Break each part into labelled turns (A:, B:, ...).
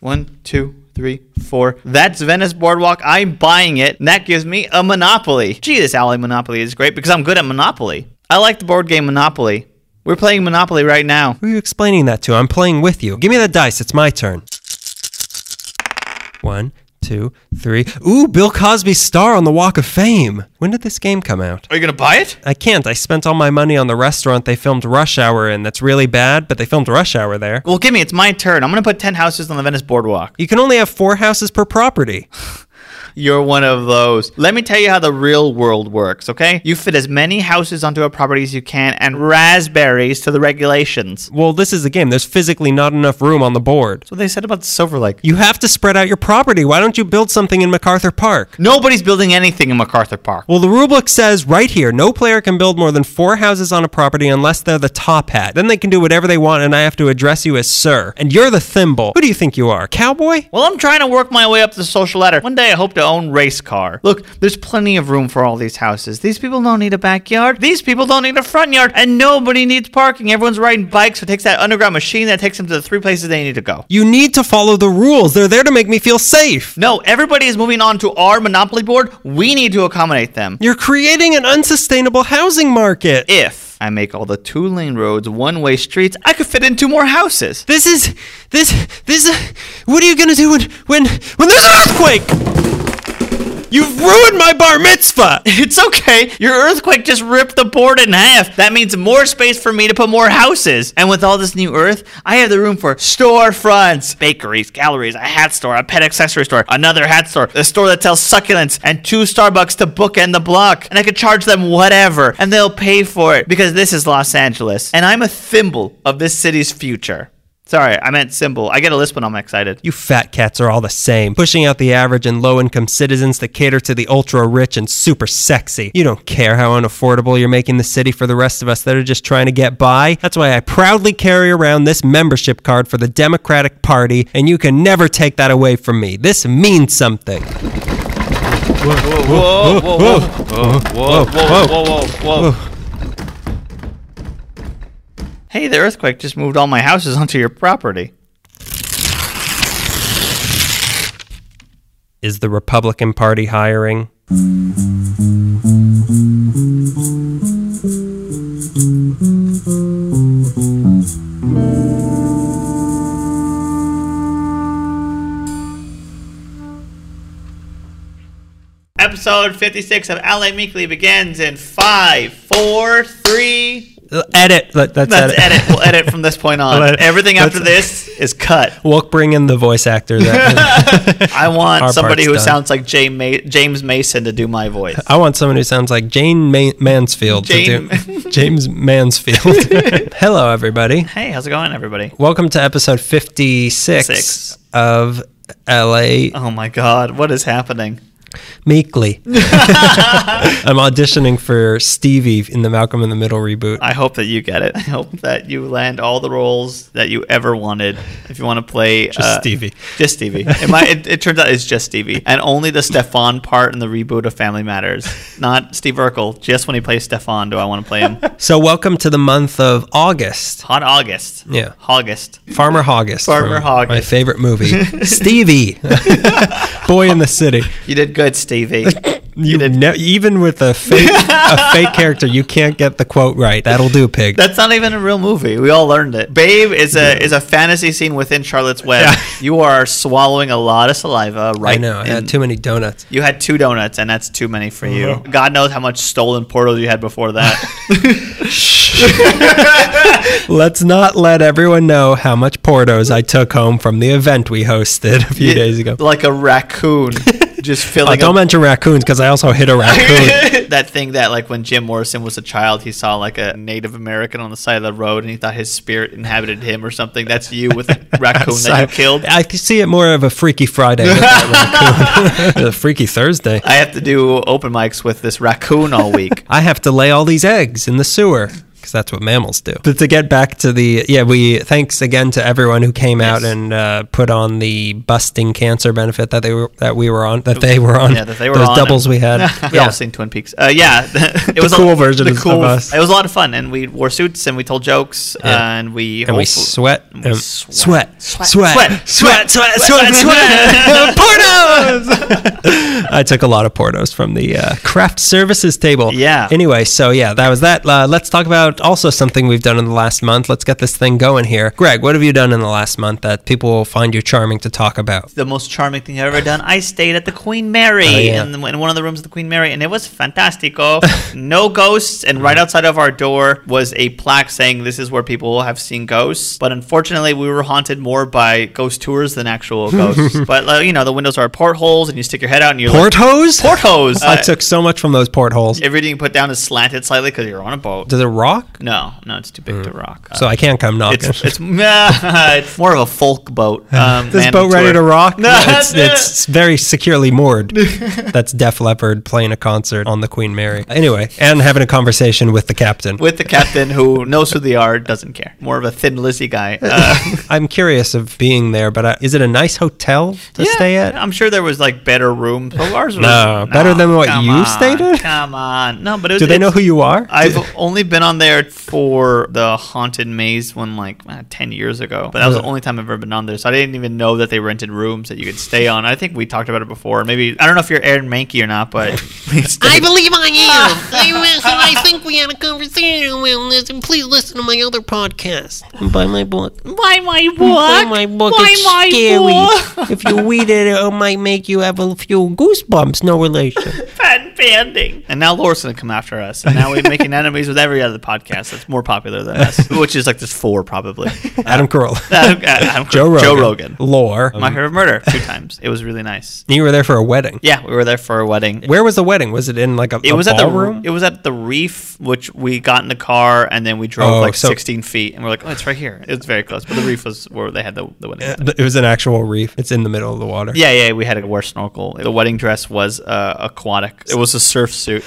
A: One, two, three, four. That's Venice Boardwalk. I'm buying it. And that gives me a Monopoly. Gee, this Alley Monopoly is great because I'm good at Monopoly. I like the board game Monopoly. We're playing Monopoly right now.
B: Who are you explaining that to? I'm playing with you. Give me the dice. It's my turn. One, two, three. Ooh, Bill Cosby's star on the Walk of Fame. When did this game come out?
A: Are you going to buy it?
B: I can't. I spent all my money on the restaurant they filmed Rush Hour in. That's really bad, but they filmed Rush Hour there.
A: Well, give me. It's my turn. I'm going to put 10 houses on the Venice Boardwalk.
B: You can only have four houses per property.
A: You're one of those. Let me tell you how the real world works, okay? You fit as many houses onto a property as you can and raspberries to the regulations.
B: Well, this is a game. There's physically not enough room on the board.
A: That's what they said about Silver Lake.
B: You have to spread out your property. Why don't you build something in MacArthur Park?
A: Nobody's building anything in MacArthur Park.
B: Well, the rulebook says right here no player can build more than four houses on a property unless they're the top hat. Then they can do whatever they want, and I have to address you as sir. And you're the thimble. Who do you think you are? Cowboy?
A: Well, I'm trying to work my way up the social ladder. One day I hope to own race car. Look, there's plenty of room for all these houses. These people don't need a backyard. These people don't need a front yard. And nobody needs parking. Everyone's riding bikes, so it takes that underground machine that takes them to the three places they need to go.
B: You need to follow the rules. They're there to make me feel safe.
A: No, everybody is moving on to our monopoly board. We need to accommodate them.
B: You're creating an unsustainable housing market.
A: If I make all the two lane roads one way streets, I could fit in two more houses.
B: This is this this. uh, What are you gonna do when when when there's an earthquake? You've ruined my bar mitzvah.
A: It's okay. Your earthquake just ripped the board in half. That means more space for me to put more houses. And with all this new earth, I have the room for storefronts, bakeries, galleries, a hat store, a pet accessory store, another hat store, a store that sells succulents, and two Starbucks to bookend the block. And I could charge them whatever, and they'll pay for it because this is Los Angeles, and I'm a thimble of this city's future. Sorry, I meant symbol. I get a lisp when I'm excited.
B: You fat cats are all the same, pushing out the average and low income citizens that cater to the ultra rich and super sexy. You don't care how unaffordable you're making the city for the rest of us that are just trying to get by. That's why I proudly carry around this membership card for the Democratic Party, and you can never take that away from me. This means something.
A: Whoa, whoa, whoa, whoa, whoa, whoa, whoa, whoa, whoa, Hey, the earthquake just moved all my houses onto your property.
B: Is the Republican Party hiring?
A: Episode 56 of LA Meekly begins in five, four, three.
B: Edit. Let, that's,
A: That's
B: edit.
A: edit. We'll edit from this point on.
B: Let-
A: Everything after
B: let's-
A: this is cut.
B: We'll bring in the voice actor. That,
A: I want
B: Our
A: somebody
B: part's
A: who
B: done. Uh,
A: sounds like James, Ma- James Mason to do my voice.
B: I want someone who sounds like Jane Ma- Mansfield. to
A: Jane-
B: do- James Mansfield. Hello, everybody.
A: Hey, how's it going, everybody?
B: Welcome to episode 56
A: Six.
B: of LA
A: Oh my God, what is happening?
B: Meekly. I'm auditioning for Stevie in the Malcolm in the Middle reboot.
A: I hope that you get it. I hope that you land all the roles that you ever wanted. If you want to play uh, just
B: Stevie.
A: just Stevie. It, might, it, it turns out it's just Stevie, and only the Stefan part in the reboot of Family Matters, not Steve Urkel. Just when he plays Stefan, do I want to play him?
B: So, welcome to the month of August.
A: Hot August.
B: Yeah.
A: August.
B: Farmer Hoggist.
A: Farmer
B: from
A: Hoggist.
B: My favorite movie. Stevie. Boy in the City.
A: You did good, Stevie.
B: You ne- even with a fake, a fake character, you can't get the quote right. That'll do, pig.
A: That's not even a real movie. We all learned it. Babe is a is a fantasy scene within Charlotte's Web.
B: Yeah.
A: You are swallowing a lot of saliva right
B: I know. I
A: in-
B: had too Uh-huh. many donuts.
A: you had two donuts, and that's too many for you. God knows how much stolen portals you had before that.
B: Let's not let everyone know how much Portos I took home from the event we hosted a few
A: You-
B: days ago.
A: like a raccoon, just
B: Oh,
A: filling
B: don't
A: up
B: mention raccoons because I also hit a raccoon.
A: that thing that like when Jim Morrison was a child, he saw like a Native American on the side of the road, and he thought his spirit inhabited him or something. That's you with a raccoon that
B: So,
A: you killed.
B: I could see it more of a Freaky Friday, with that raccoon. a Freaky Thursday.
A: I have to do open mics with this raccoon all week.
B: I have to lay all these eggs in the sewer. because that's what mammals do. But to get back to the yeah, we thanks again to everyone who came out
A: Yes.
B: and uh, put on the busting cancer benefit that they were that we were on that they were on.
A: Yeah, that they were
B: those
A: on.
B: doubles we had.
A: we all seen Twin Peaks. Uh, yeah, it was
B: cool version of- of us.
A: It was a lot of fun, and we wore suits and we told jokes uh,
B: Yeah.
A: and we
B: and we
A: hopeful-
B: sweat,
A: and we
B: um,
A: sweat.
B: sweat, sweat, sweat,
A: Sweat.
B: sweat, sweat, sweat,
A: Sweat.
B: sweat. Portos. I took a lot of portos from the uh, craft services table.
A: Yeah.
B: Anyway, so yeah, that was that. Uh, let's talk about also something we've done in the last month. Let's get this thing going here. Greg, what have you done in the last month that people will find you charming to talk about?
A: the most charming thing I've ever done. I stayed at the Queen Mary
B: Oh, yeah.
A: in, in one of the rooms of the Queen Mary, and it was fantastico. no ghosts, and right outside of our door was a plaque saying this is where people have seen ghosts. But unfortunately, we were haunted more by ghost tours than actual ghosts. but uh, you know, the windows are portholes, and you stick your head out, and you're like,
B: Portos?
A: portholes.
B: I
A: Uh,
B: took so much from those portholes.
A: everything you put down is slanted slightly because you're on a boat.
B: Does it rock?
A: No, no, it's too big to rock. Uh,
B: Mm. So I can't come knocking.
A: it's it's, it's more of a folk boat. Um,
B: this
A: man
B: boat ready
A: tour.
B: to rock?
A: No,
B: it's, it's very securely moored. That's Def Leppard playing a concert on the Queen Mary. Anyway, and having a conversation with the captain.
A: with the captain who knows who they are, doesn't care. More of a thin Lizzy guy. Uh,
B: I'm curious of being there, but uh, is it a nice hotel to stay at?
A: I'm sure there was like better room. So ours was
B: No, better than what
A: come
B: you
A: on,
B: stayed at?
A: Come on, no, but it was,
B: Do they know
A: it's-
B: who you are?
A: I've only been on there for the haunted maze one like uh, ten years ago, but that was the
B: Ugh.
A: only time I've ever been on there. So I didn't even know that they rented rooms that you could stay on. I think we talked about it before. Maybe I don't know if you're Aaron Mankey or not, but we
C: I
A: stayed-
C: believe I am. I will- so I think we had a conversation around this, and please listen to my other podcast. And buy my book.
A: Why my
C: Buy my book.
A: Buy
C: it's
A: my
C: scary.
A: book.
C: if you read it, it might make you have a few goosebumps. No relation.
A: fan banding. And now Laura's gonna come after us. And now we're making enemies with every other podcast that's more popular than us, which is like this four probably. Uh,
B: Adam Carolla.
A: Adam, Adam-
B: Joe Rogan. Um,
A: Joe Rogan.
B: Lore.
A: My Hero of Murder two times. It was really nice.
B: you were there for a wedding.
A: Yeah, we were there for a wedding.
B: Where was the wedding? Was it in like a,
A: It
B: a
A: was at the
B: ballroom?
A: It was at the reef, which we got in the car and then we drove
B: Oh,
A: like
B: so-
A: 16 feet, and we're like, oh, it's right here. It's very close, but the reef was where they had the, the wedding.
B: Uh, th- it was an actual reef. It's in the middle of the water.
A: Yeah, yeah, we had to wear snorkel. The wedding dress was uh, aquatic. It was a surf suit.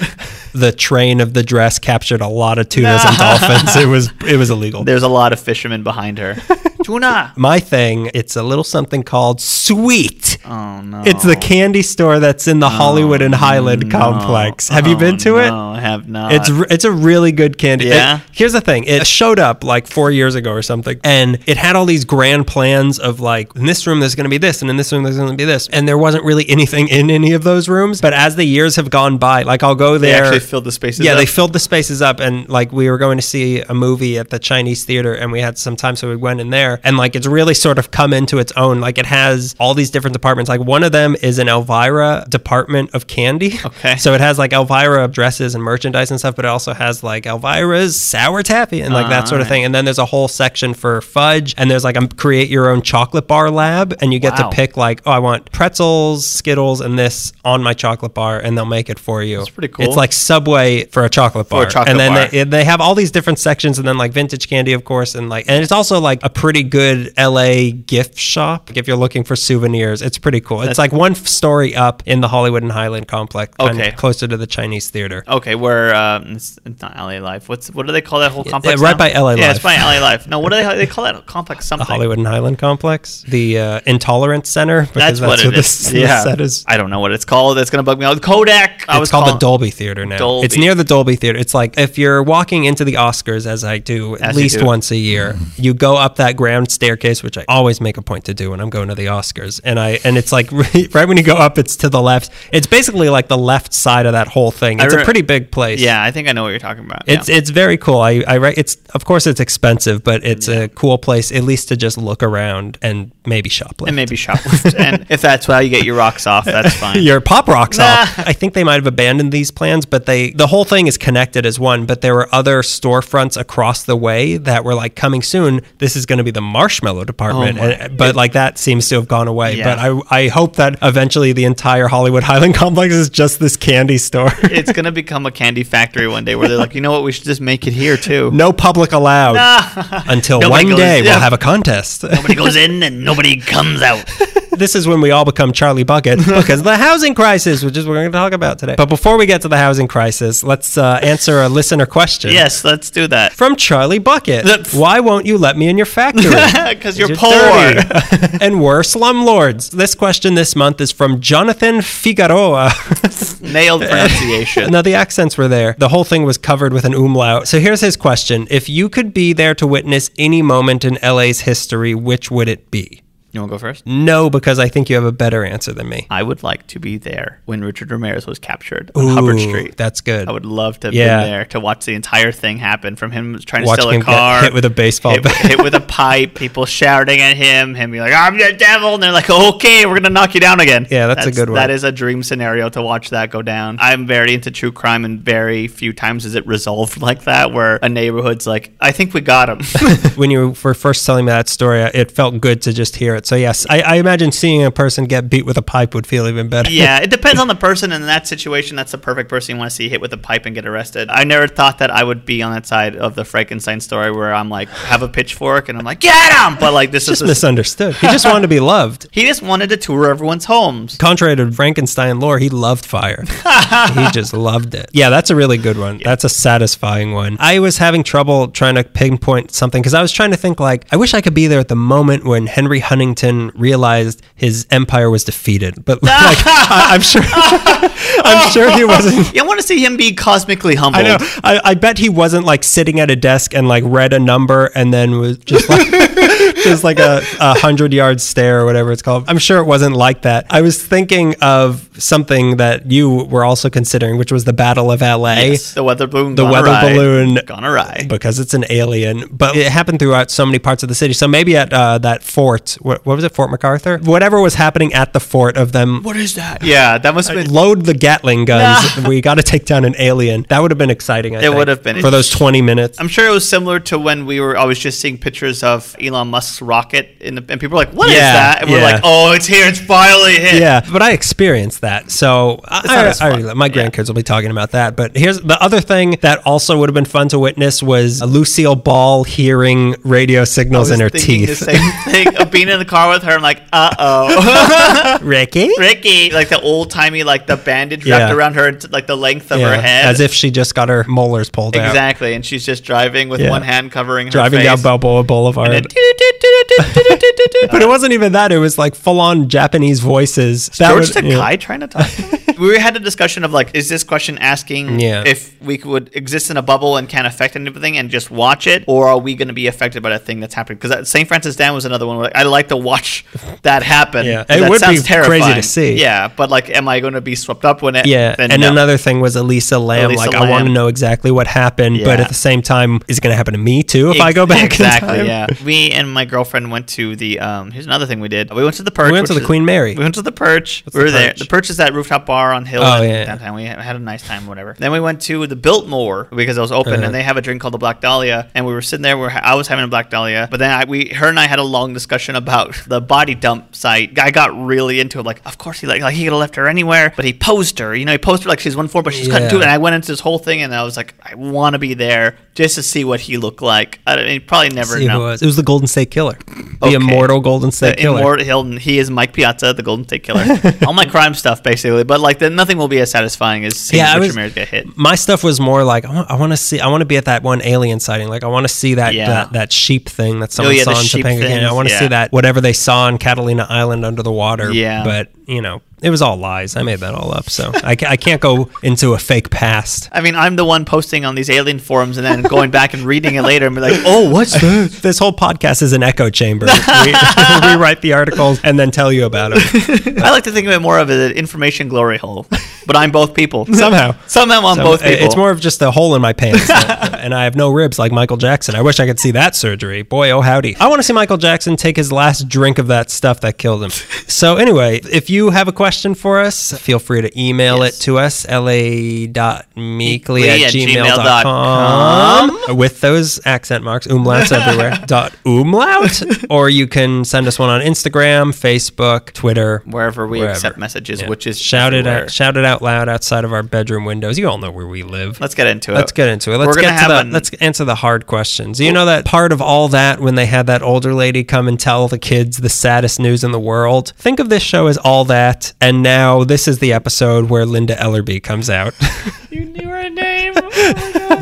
B: The train of the dress captured a lot of tunas and dolphins. It was it was illegal.
A: There's a lot of fishermen behind her. Tuna.
B: My thing, it's a little something called Sweet.
A: Oh no!
B: It's the candy store that's in the Hollywood and Highland complex. Have you been to it?
A: Oh, No, I have not.
B: It's re- it's a really good candy. It-
A: Yeah?
B: here's the thing. It showed up like four years ago or something, and it had all these grand plans of like in this room there's going to be this, and in this room there's going to be this, and there wasn't really anything in any of those rooms. But as the years have gone by, like I'll go
A: they
B: there.
A: actually filled the spaces.
B: yeah,
A: up.
B: they filled the spaces up, and like we were going to see a movie at the Chinese theater, and we had some time, so we went in there, and like it's really sort of come into its own. Like it has all these different departments. Like one of them is an Elvira department of candy.
A: Okay.
B: so it has like Elvira dresses and merchandise and stuff, but it also has like Elvira's sour taffy and like that sort of
A: alright.
B: thing. And then there's a whole section for fudge, and there's like a create your own chocolate bar lab, and you get
A: Wow.
B: to pick like, oh, I want pretzels, Skittles, and this on my chocolate bar, and they'll make it for you. It's
A: pretty cool.
B: It's like Subway for a chocolate bar,
A: a chocolate
B: and then
A: bar.
B: They, they have all these different sections, and then like vintage candy, of course, and like and it's also like a pretty good LA gift shop like, if you're looking for souvenirs. It's pretty cool. It's like one f- story up in the Hollywood and Highland complex, kind
A: Okay.
B: of closer to the Chinese theater.
A: Okay, where um, it's, it's not LA Life. What's what do they call that whole complex?
B: right
A: now?
B: by LA
A: Yeah, it's by
B: Life.
A: LA Life. No, what do they they call that complex?
B: The
A: Something.
B: Hollywood and Highland complex, the uh, Intolerance Center,
A: That's,
B: because
A: what, it
B: this,
A: is.
B: this
A: yeah,
B: set is.
A: I don't know what it's called. That's gonna bug me out. Kodak. I was
B: It's called the
A: calling-
B: Dolby Theater now.
A: Dolby.
B: It's near the Dolby Theater. It's like if you're walking into the Oscars, as I do at
A: As you
B: least
A: do. Mm-hmm.
B: once a year, you go up that grand staircase, which I always make a point to do when I'm going to the Oscars. And I and it's like right when you go up, it's to the left. It's basically like the left side of that whole thing. It's a
A: re-
B: pretty big place.
A: Yeah, I think I know what you're talking about.
B: It's
A: yeah.
B: it's very cool. I, I re- it's of course it's expensive, but it's a cool place at least to just look around and maybe shoplift.
A: and maybe shoplift. and if that's how you get your rocks off, that's fine.
B: your pop rocks off.
A: Nah.
B: I think they might have abandoned these plans, but they the whole thing is connected as one. But there were other storefronts across the way that were like coming soon. This is going to be the marshmallow department,
A: Oh my-
B: And- but like that seems to have gone away.
A: Yeah.
B: But I I hope that eventually the entire Hollywood Highland complex is just this candy store.
A: it's gonna become a candy factory one day where they're like, you know what, we should just make it here too.
B: no public allowed until
A: Nobody
B: one
A: goes-
B: day
A: yeah.
B: we'll have a contest.
A: Nobody goes in and nobody comes out.
B: this is when we all become Charlie Bucket because the housing crisis, which is what we're going to talk about today. But before we get to the housing crisis, let's uh, answer a listener question.
A: Yes, let's do that.
B: From Charlie Bucket.
A: That's-
B: Why won't you let me in your factory?
A: Because you're,
B: You're
A: poor.
B: dirty. and we're slumlords. This question this month is from Jonathan Figueroa.
A: Nailed pronunciation.
B: no, the accents were there. The whole thing was covered with an umlaut. So here's his question If you could be there to witness any moment in LA's history, which would it be?
A: You want to go first?
B: No, because I think you have a better answer than me.
A: Mm, I would like to be there when Richard Ramirez was captured on Hubbard
B: Ooh,
A: Street.
B: That's good.
A: I would love to have
B: Yeah.
A: been there to watch the entire thing happen from him trying to
B: Watching
A: steal a
B: him get
A: car,
B: hit with a baseball
A: hit,
B: bat.
A: hit with a pipe, people shouting at him, him be like, "I'm the devil," and they're like, "Okay, we're gonna knock you down again."
B: Yeah, that's a good one.
A: That is a dream scenario to watch that go down. I'm very into true crime, and very few times is it resolved like that, where a neighborhood's like, "I think we got him."
B: when you were first telling me that story, it felt good to just hear it. So, yes, I, I imagine seeing a person get beat with a pipe would feel even better.
A: yeah, it depends on the person. And in that situation, that's the perfect person you want to see hit with a pipe and get arrested. I never thought that I would be on that side of the Frankenstein story where I'm like, have a pitchfork and I'm like, get him! But like, this
B: just
A: is.
B: misunderstood. He just wanted to be loved.
A: He just wanted to tour everyone's homes.
B: Contrary to Frankenstein lore, he loved fire. he just loved it. Yeah, that's a really good one. That's a satisfying one. I was having trouble trying to pinpoint something because I was trying to think like, I wish I could be there at the moment when Henry Huntington realized his empire was defeated. But like, I, I'm sure, I'm sure he wasn't.
A: You want to see him be cosmically humbled.
B: I know. I, I bet he wasn't like sitting at a desk and like read a number and then was just like just like a, a hundred yard stare or whatever it's called. I'm sure it wasn't like that. I was thinking of something that you were also considering, which was the Battle of LA.
A: Yes, the weather balloon.
B: The
A: gone
B: weather
A: awry.
B: balloon
A: gone awry.
B: because it's an alien, but it happened throughout so many parts of the city. So maybe at uh, that fort, what, what was it, Fort MacArthur? Whatever was happening at the fort of them
A: What is that? Yeah, that must have been.
B: load the Gatling guns. we got to take down an alien. That would have been exciting. I
A: It
B: think,
A: would have been.
B: for those twenty minutes.
A: I'm sure it was similar to when we were. I was just seeing pictures of Elon Musk's rocket, in the, and people were like, "What is
B: Yeah,
A: that?" And we're
B: yeah.
A: like, "Oh, it's here! It's finally hit!"
B: yeah, but I experienced that, so
A: not
B: I,
A: as
B: I,
A: fun.
B: I- my grandkids will be talking about that. But here's the other thing that also would have been fun to witness was Lucille Ball hearing radio signals in her
A: thinking
B: teeth.
A: The same thing of being in the car with her. I'm like, uh oh,
B: Ricky,
A: Ricky, like the old timey, like the bandage wrapped
B: Yeah.
A: around her, t- like the length of her
B: Yeah,
A: head,
B: as if she just got her molars pulled out,
A: exactly. And she's just driving with
B: Yeah.
A: one hand covering her
B: driving down
A: face.
B: Balboa Boulevard.
A: And then-
B: but it wasn't even that; it was like full-on Japanese voices. That
A: George
B: would-
A: Takai
B: yeah.
A: trying to talk. to me? we had a discussion of like, is this question asking
B: Yeah.
A: if we would exist in a bubble and can't affect anything and just watch it, or are we going to be affected by that thing that's happening? Because St. Francis Dam was another one. Where, like, I like to watch that happen.
B: Yeah.
A: 'cause
B: It
A: that
B: would be
A: sounds
B: crazy to
A: terrifying.
B: see.
A: Yeah, but like, am I going to be swept up when it?
B: Yeah,
A: then
B: and
A: no.
B: another thing was Elisa Lamb.
A: Elisa
B: like, I want to
A: Lamb.
B: know exactly what happened, but
A: Yeah.
B: at the same time, is it going to happen to me too if I
A: Ex-
B: go back?
A: exactly.
B: in time?
A: Yeah, we and my girlfriend went to the. Um, here's another thing we did. We went to the perch.
B: We went to
A: which
B: the Queen Mary.
A: We went to the Perch.
B: What's
A: we were
B: the
A: there.
B: Perch?
A: The Perch is that rooftop bar on Hill
B: Oh,
A: in
B: yeah.
A: downtown. We had a nice time, whatever. Then we went to the Biltmore because it was open,
B: Uh-huh.
A: and they have a drink called the Black Dahlia. And we were sitting there. Where I was having a Black Dahlia, but then I, we, her and I had a long discussion about the body dump site. I got really into it. Like, of course he like, like he could have left her anywhere, but he posed her. You know, he posed her like she's one four, but she's cutting
B: Yeah.
A: two. And I went into this whole thing, and I was like, I want to be there just to see what he looked like. I don't, you probably never
B: See who it
A: know.
B: was. It was the Golden State Killer, the
A: Okay.
B: immortal Golden
A: The
B: State Killer.
A: immortal Hilton. He is Mike Piazza, the Golden State Killer. All my crime stuff, basically. But like, the, nothing will be as satisfying as seeing
B: Yeah, I
A: Richard
B: was-
A: Ramirez get hit.
B: My stuff was more like I want, I want to see. I want to be at that one alien sighting. Like I want to see that
A: Yeah. Oh,
B: that, that sheep thing that someone
A: yeah,
B: saw
A: the
B: in
A: sheep
B: Topanga Canyon. I
A: things,
B: want to see
A: yeah.
B: that whatever they saw in Catalina Island under the water.
A: Yeah.
B: but you know it was all lies. I made that all up, so I, ca- I can't go into a fake past.
A: I mean, I'm the one posting on these alien forums and then going back and reading it later and be like, oh, what's that?
B: This whole podcast is an echo chamber. We, we write the articles and then tell you about them.
A: I like to think of it more of as an information glory hole. But I'm both people.
B: Somehow.
A: Somehow I'm both
B: It-
A: people.
B: It's more of just a hole in my pants, that- and I have no ribs like Michael Jackson. I wish I could see that surgery. Boy, oh howdy! I want to see Michael Jackson take his last drink of that stuff that killed him. So anyway, if you have a question for us, feel free to email it to us, la.meekly at
A: Meekly
B: gmail.com. With those accent marks, umlauts everywhere, dot umlaut. Or you can send us one on Instagram, Facebook, Twitter.
A: Wherever we
B: Wherever.
A: accept messages,
B: Yeah.
A: which is
B: shout it
A: everywhere.
B: out, shout it out loud outside of our bedroom windows. You all know where we live.
A: Let's get into it.
B: Let's get into it. Let's
A: We're gonna
B: get to the,
A: have an-
B: let's answer the hard questions. You know that part of all that when they had that older lady come and tell the kids the saddest news in the world. Think of this show as all that, and now this is the episode where Linda Ellerby comes out.
A: You knew her name.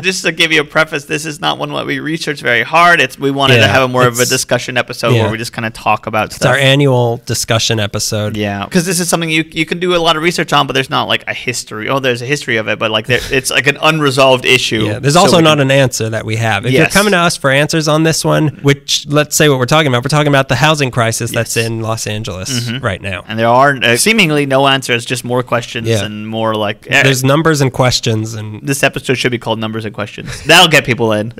A: Just to give you a preface, this is not one that we research very hard. It's we wanted
B: Yeah,
A: to have a more of a
B: it's-
A: discussion episode
B: yeah.
A: where we just kind of talk about
B: it's our
A: stuff.
B: annual discussion episode.
A: yeah, because this is something you you can do a lot of research on, but there's not like a history. Oh, there's a history of it, but like there, it's like an unresolved issue.
B: Yeah, there's
A: So
B: also
A: we
B: not
A: can-
B: an answer that we have. If you're
A: Yes.
B: coming to us for answers on this one, which let's say what we're talking about, we're talking about the housing crisis that's in Los Angeles
A: Mm-hmm.
B: right now.
A: and there are uh, seemingly no answers, just more questions
B: Yeah.
A: and more like. eh,
B: There's numbers and questions and
A: this episode should be called Numbers and Questions. That'll get people in.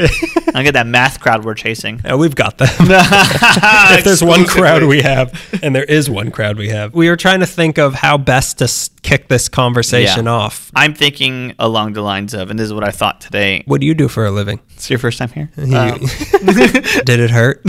A: I'll get that math crowd we're chasing.
B: Yeah, we've got them. if there's one crowd we have, and there is one crowd we have, we were trying to think of how best to s- kick this conversation
A: Yeah.
B: off.
A: I'm thinking along the lines of, and this is what I thought today.
B: What do you do for a living?
A: It's your first time here. Um,
B: Did it hurt?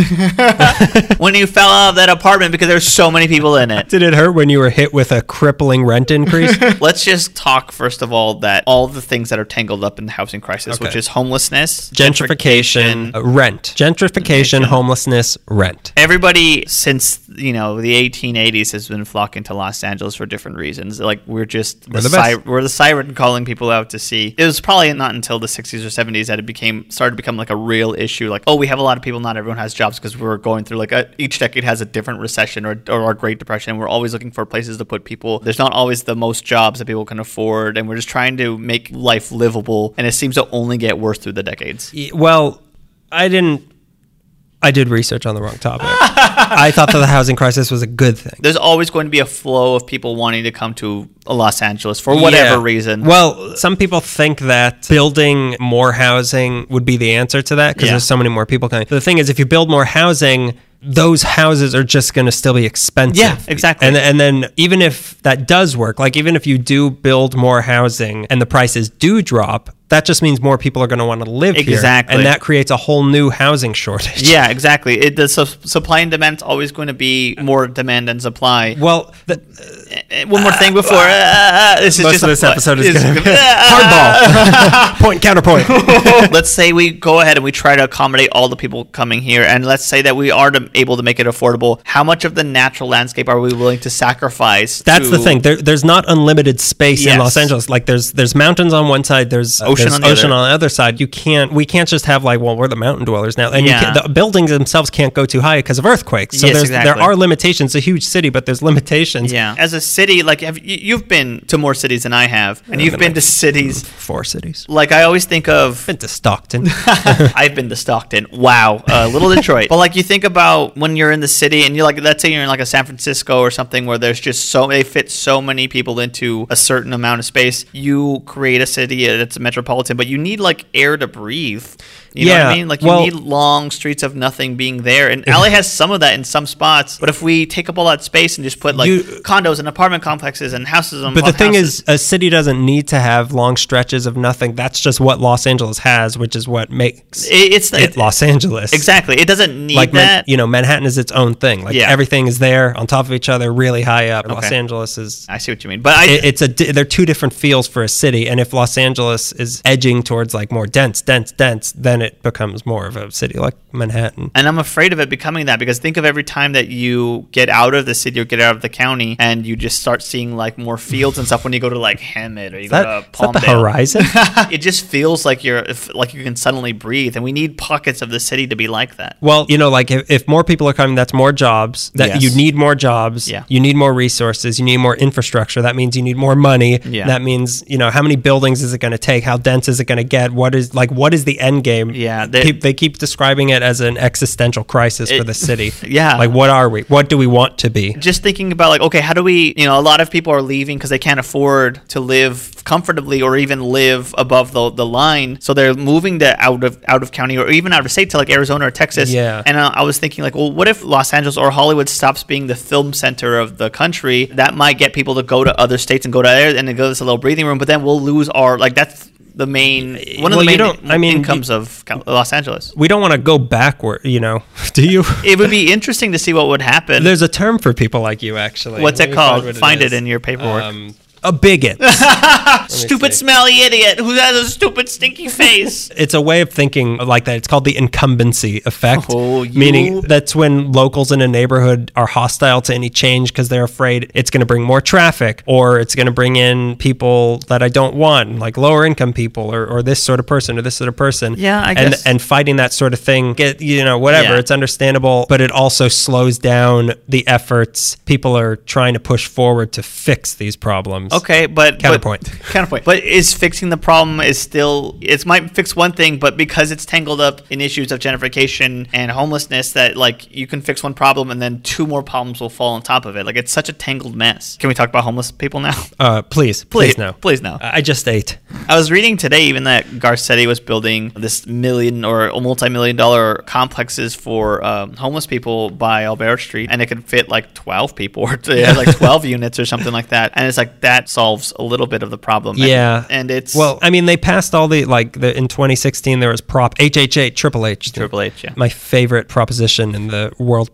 A: when you fell out of that apartment because there's so many people in it.
B: Did it hurt when you were hit with a crippling rent increase?
A: Let's just talk first of all that all the things that are tangled up in the housing crisis,
B: Okay.
A: which is homelessness,
B: Gentrification, uh, rent. Gentrification, homelessness, rent.
A: Everybody since you know the 1880s has been flocking to Los Angeles for different reasons. Like we're just
B: We're the best.
A: si- we're the siren calling people out to see. It was probably not until the 60s or 70s that it became started to become like a real issue. Like oh, we have a lot of people. Not everyone has jobs because we're going through like a, each decade has a different recession or or our Great Depression. and We're always looking for places to put people. There's not always the most jobs that people can afford, and we're just trying to make life livable. And it seems to only get worse through the decades.
B: Y- Well, I didn't. I did research on the wrong topic. I thought that the housing crisis was a good thing.
A: there's always going to be a flow of people wanting to come to Los Angeles for whatever
B: Yeah.
A: reason.
B: Well, some people think that building more housing would be the answer to that because
A: Yeah.
B: there's so many more people coming. The thing is, if you build more housing, those houses are just going to still be expensive.
A: Yeah, exactly.
B: And and then even if that does work, like even if you do build more housing and the prices do drop, that just means more people are going to want to live here.
A: Exactly.
B: and that creates a whole new housing shortage.
A: yeah, exactly. It, the su- supply and demand is always going to be more demand than supply.
B: Well, the,
A: Eh, One more thing before uh, this is
B: most
A: just
B: of
A: a
B: this
A: pla-
B: episode is
A: it's
B: going to be
A: gonna- eh,
B: hardball, point counterpoint.
A: let's say we go ahead and we try to accommodate all the people coming here, and let's say that we are to, able to make it affordable. How much of the natural landscape are we willing to sacrifice?
B: That's the
A: to-
B: thing. There, there's not unlimited space in
A: Yes.
B: Los Angeles. Like there's there's mountains on one side, there's
A: Ocean
B: there's
A: on the
B: ocean
A: other.
B: on the other side. You can't we can't just have like well we're the mountain dwellers now, and you
A: Yeah.
B: can't, the buildings themselves can't go too high because of earthquakes. So
A: Yes,
B: there's, there
A: exactly.
B: are limitations. It's a huge city, but there's limitations.
A: Yeah. As a city, like have, you, you've been to more cities than I have, and you've
B: been
A: been
B: like-
A: to cities.
B: four cities.
A: Like I always think of
B: Been to Stockton.
A: I've been to Stockton. Wow, uh, little Detroit. but like you think about when you're in the city and you're like, let's say you're in like a San Francisco or something where there's just so they fit so many people into a certain amount of space. You create a city that's metropolitan, but you need like air to breathe. You know what
B: Yeah,
A: I mean? Like you
B: well-
A: need long streets of nothing being there. And LA has some of that in some spots. But if we take up all that space and just put like
B: You-
A: condos and apartment complexes and houses on
B: But the
A: on
B: thing
A: houses,
B: is, a city doesn't need to have long stretches of nothing. That's just what Los Angeles has, which is what makes
A: it, it's
B: it Los Angeles.
A: Exactly. It doesn't need
B: like Man-
A: that.
B: you know manhattan is its own thing like
A: Yeah.
B: everything is there on top of each other really high up los
A: Okay.
B: angeles is
A: I see what you mean. But I,
B: it, it's a di- they're two different feels for a city and if los angeles is edging towards like more dense dense dense then it becomes more of a city like manhattan
A: And I'm afraid of it becoming that because think of every time that you get out of the city or get out of the county and you just start seeing like more fields and stuff when you go to like Hemet or you
B: is that,
A: go to
B: is that the
A: Uh, Palmdale.
B: horizon
A: it just feels like you're if, like you can suddenly breathe and we need pockets of the city to be like that.
B: well you know like if, if more people are coming that's more jobs that
A: Yes.
B: you need more jobs
A: Yeah.
B: you need more resources you need more infrastructure that means you need more money
A: Yeah.
B: that means you know how many buildings is it going to take how dense is it going to get? What is like what is the end game?
A: Yeah, they-
B: keep, they keep describing it as an existential crisis for
A: It-
B: the city.
A: Yeah.
B: like what are we? What do we want to be?
A: just thinking about like okay how do we you know a lot of people are leaving because they can't afford to live comfortably or even live above the, the line so they're moving to out of out of county or even out of state to like arizona or texas
B: Yeah.
A: and I, I was thinking like well what if los angeles or hollywood stops being the film center of the country that might get people to go to other states and go to there and then give us a little breathing room but then we'll lose our like that's the main one of
B: Well,
A: the
B: you
A: main
B: don't- I mean,
A: incomes of Cal- los angeles
B: We don't want to go backward. You know, do you?
A: it would be interesting to see what would happen
B: There's a term for people like you, actually.
A: What's
B: Let
A: it
B: me
A: called?
B: what
A: Find it
B: is.
A: in your paperwork.
B: Um, a bigot.
A: stupid
B: see.
A: smelly idiot who has a stupid stinky face.
B: it's a way of thinking like that. It's called the incumbency effect.
A: Oh, you-
B: Meaning that's when locals in a neighborhood are hostile to any change because they're afraid it's going to bring more traffic or it's going to bring in people that I don't want, like lower income people or, or this sort of person or this sort of person.
A: Yeah, I
B: and,
A: guess.
B: And fighting that sort of thing, get, you know, whatever.
A: Yeah.
B: It's understandable, but it also slows down the efforts people are trying to push forward to fix these problems.
A: Okay, but but-
B: Counterpoint.
A: counterpoint. But is fixing the problem is still it might fix one thing, but because it's tangled up in issues of gentrification and homelessness, that like you can fix one problem and then two more problems will fall on top of it. Like it's such a tangled mess. Can we talk about homeless people now?
B: Uh, please, please, no.
A: please no. Uh,
B: I I just ate.
A: I was reading today even that Garcetti was building this million or multi-million dollar complexes for um, homeless people by Albert Street, and it could fit like twelve people or it had, like twelve units or something like that. And it's like that solves a little bit of the problem. And-
B: Yeah,
A: and, it's
B: well, I mean, they passed all the like the in 2016 there was Prop HHH Triple H the-
A: Triple H, yeah.
B: my favorite proposition in the World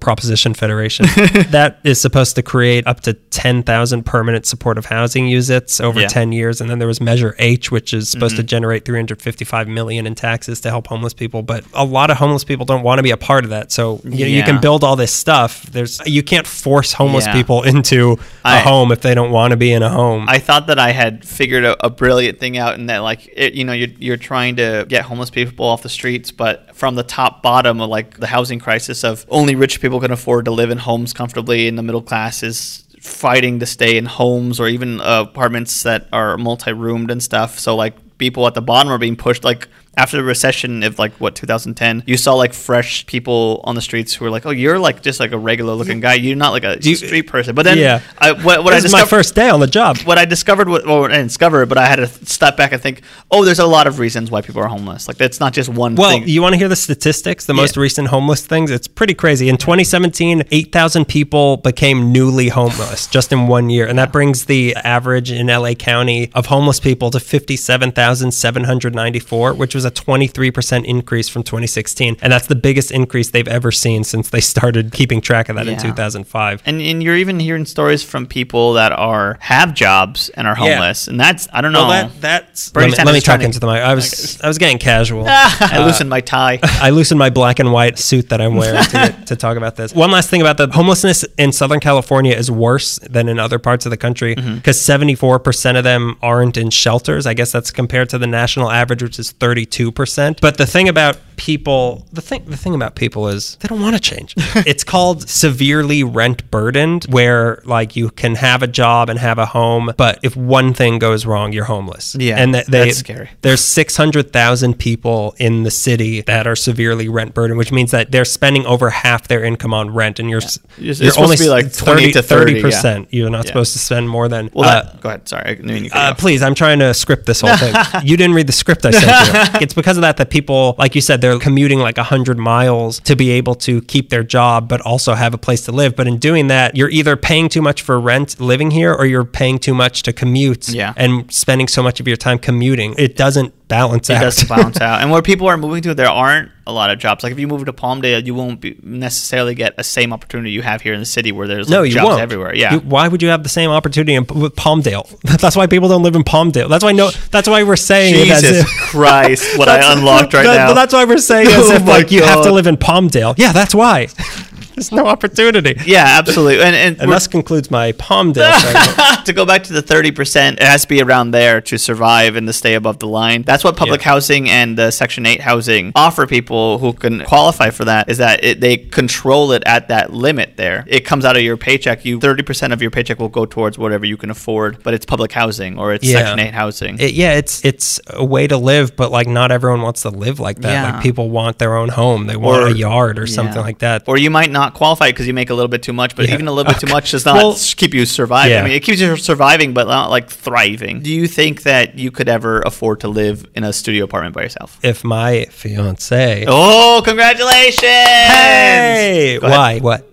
B: Proposition Federation. that is supposed to create up to 10,000 permanent supportive housing units over
A: Yeah. Mm-hmm.
B: 10 years, and then there was Measure H, which is supposed to generate 355 million in taxes to help homeless people. But a lot of homeless people don't want to be a part of that, so you, you
A: Yeah.
B: can build all this stuff. There's you can't force homeless
A: Yeah.
B: people into a
A: I-
B: home if they don't want to be in a home.
A: Um, I thought that I had figured a, a brilliant thing out, and that like it, you know you're you're trying to get homeless people off the streets, but from the top bottom of like the housing crisis of only rich people can afford to live in homes comfortably, and the middle class is fighting to stay in homes or even uh, apartments that are multi-roomed and stuff. So like people at the bottom are being pushed like after the recession of like what 2010 you saw like fresh people on the streets who were like oh you're like just like a regular looking guy you're not like a street person but then
B: Yeah.
A: I, what, what I
B: this is my
A: discovered-
B: first day on the job.
A: what I discovered, wa- well, I didn't discover it, but I had to step back and think, oh, there's a lot of reasons why people are homeless. Like, that's not just one
B: Well,
A: thing.
B: you want to hear the statistics, the most
A: Yeah.
B: recent homeless things? It's pretty crazy. In 2017, 8,000 people became newly homeless just in one year. And that brings the average in LA County of homeless people to 57,794, which was a 23% increase from 2016. And that's the biggest increase they've ever seen since they started keeping track of that in
A: Yeah.
B: 2005.
A: and, and you're even hearing stories from people that are have jobs and are
B: Yeah.
A: homeless. And that's, I don't know.
B: Well, that, that's.
A: Bernie
B: let me, let
A: Sanders
B: me talk
A: trying
B: into
A: to-
B: the mic. I was, I was getting casual. uh,
A: I loosened my tie.
B: I loosened my black and white suit that I'm wearing to, to talk about this. One last thing about the homelessness in Southern California is worse than in other parts of the country
A: Mm-hmm.
B: because 74% of them aren't in shelters. I guess that's compared to the national average, which is 32%. But the thing about people, the thing, the thing about people is they don't want to change. it's called severely rent burdened, where like you can have a job and have a home, but if one thing goes wrong, you're homeless.
A: Yeah,
B: and that they,
A: that's scary.
B: there's 600,000 people in the city that are severely rent burdened, which means that they're spending over half their income on rent, and you're s-
A: It's-
B: you're
A: it's supposed to be like 20 to 30,
B: percent. You're not
A: Yeah.
B: supposed to spend more than.
A: Well,
B: uh,
A: that, go ahead. Sorry. I knew you cut
B: uh,
A: you off.
B: please, I'm trying to script this whole thing. you didn't read the script I sent you. It's because of that that people, like you said, they're commuting like 100 miles to be able to keep their job, but also have a place to live. But in doing that, you're either paying too much for rent living here or you're paying too much to commute
A: Yeah.
B: and spending so much of your time commuting. It doesn't balance
A: it
B: out.
A: does bounce out. And where people are moving to, there aren't a lot of jobs. Like if you move to Palmdale, you won't be necessarily get a same opportunity you have here in the city where there's like,
B: no, you
A: jobs
B: won't.
A: everywhere. Yeah.
B: You- why would you have the same opportunity in with Palmdale? That's why people don't live in Palmdale. That's why no. That's why we're saying it as
A: Jesus
B: if-
A: Christ, what I unlocked right
B: That-
A: now.
B: That's why we're saying as
A: Oh
B: if
A: my
B: like you have to
A: God.
B: live in Palmdale. Yeah, that's why. There's no opportunity.
A: Yeah, absolutely. And and,
B: And
A: we're-
B: thus concludes my Palmdale segment.
A: to go back to the 30%, it has to be around there to survive and to stay above the line. That's what public
B: Yeah.
A: housing and the Section 8 housing offer people who can qualify for that is that it, they control it at that limit there. It comes out of your paycheck. You 30% of your paycheck will go towards whatever you can afford, but it's public housing or it's
B: Yeah.
A: Section 8 housing.
B: It, yeah, it's it's a way to live, but like not everyone wants to live like that.
A: Yeah.
B: Like people want their own home, they want
A: Or-
B: a yard or
A: yeah.
B: something like that.
A: or you might not qualify because you make a little bit too much, but
B: Yeah.
A: even a little bit too much does not
B: Well-
A: s- keep you surviving.
B: Yeah.
A: I mean, it keeps you surviving, but not like thriving. Do you think that you could ever afford to live in a studio apartment by yourself?
B: if my fiance
A: Oh, congratulations!
B: Hey!
A: Go ahead.
B: Why? What?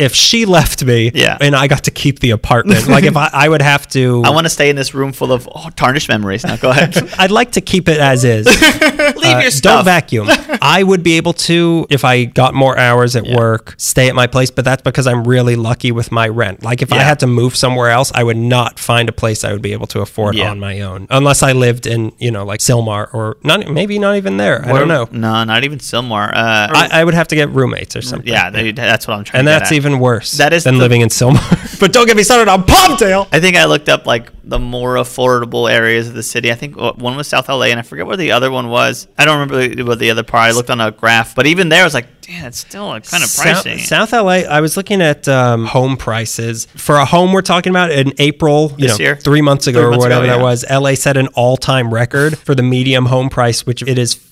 B: if she left me
A: Yeah.
B: and I got to keep the apartment, like if I, I would have to.
A: I want to stay in this room full of oh, tarnished memories. Now, go ahead. Leave
B: I'd like to keep it as is. Uh,
A: your
B: Don't
A: stuff.
B: vacuum. I would be able to if I got more hours at work, stay at my place, but that's because I'm really lucky with my rent. Like if I
A: Yeah.
B: had to move somewhere else, I would not find a place I would be able to afford
A: Yeah.
B: on my own, unless I lived in you know like Silmar or not, maybe not even there. I don't know.
A: No, not even Silmar. Uh,
B: I, I would have to get roommates or something.
A: Mm, yeah, they- that's what I'm trying.
B: and
A: to get
B: that's
A: at.
B: even worse
A: That is
B: than
A: the-
B: living in Silmar. but don't get me started on Palmdale.
A: I think I looked up like the more affordable areas of the city. I think uh, one was South LA, and I forget where the other one was. I don't remember the- what the other part. I looked on a graph, but even there, I was like, damn, it's still like, kind of pricey.
B: South, South LA. I was looking at um, home prices for a home we're talking about in April, you
A: This
B: know,
A: year?
B: three months ago
A: Three
B: or
A: months ago,
B: whatever that
A: yeah.
B: was. LA set an all-time record for the medium home price, which it is.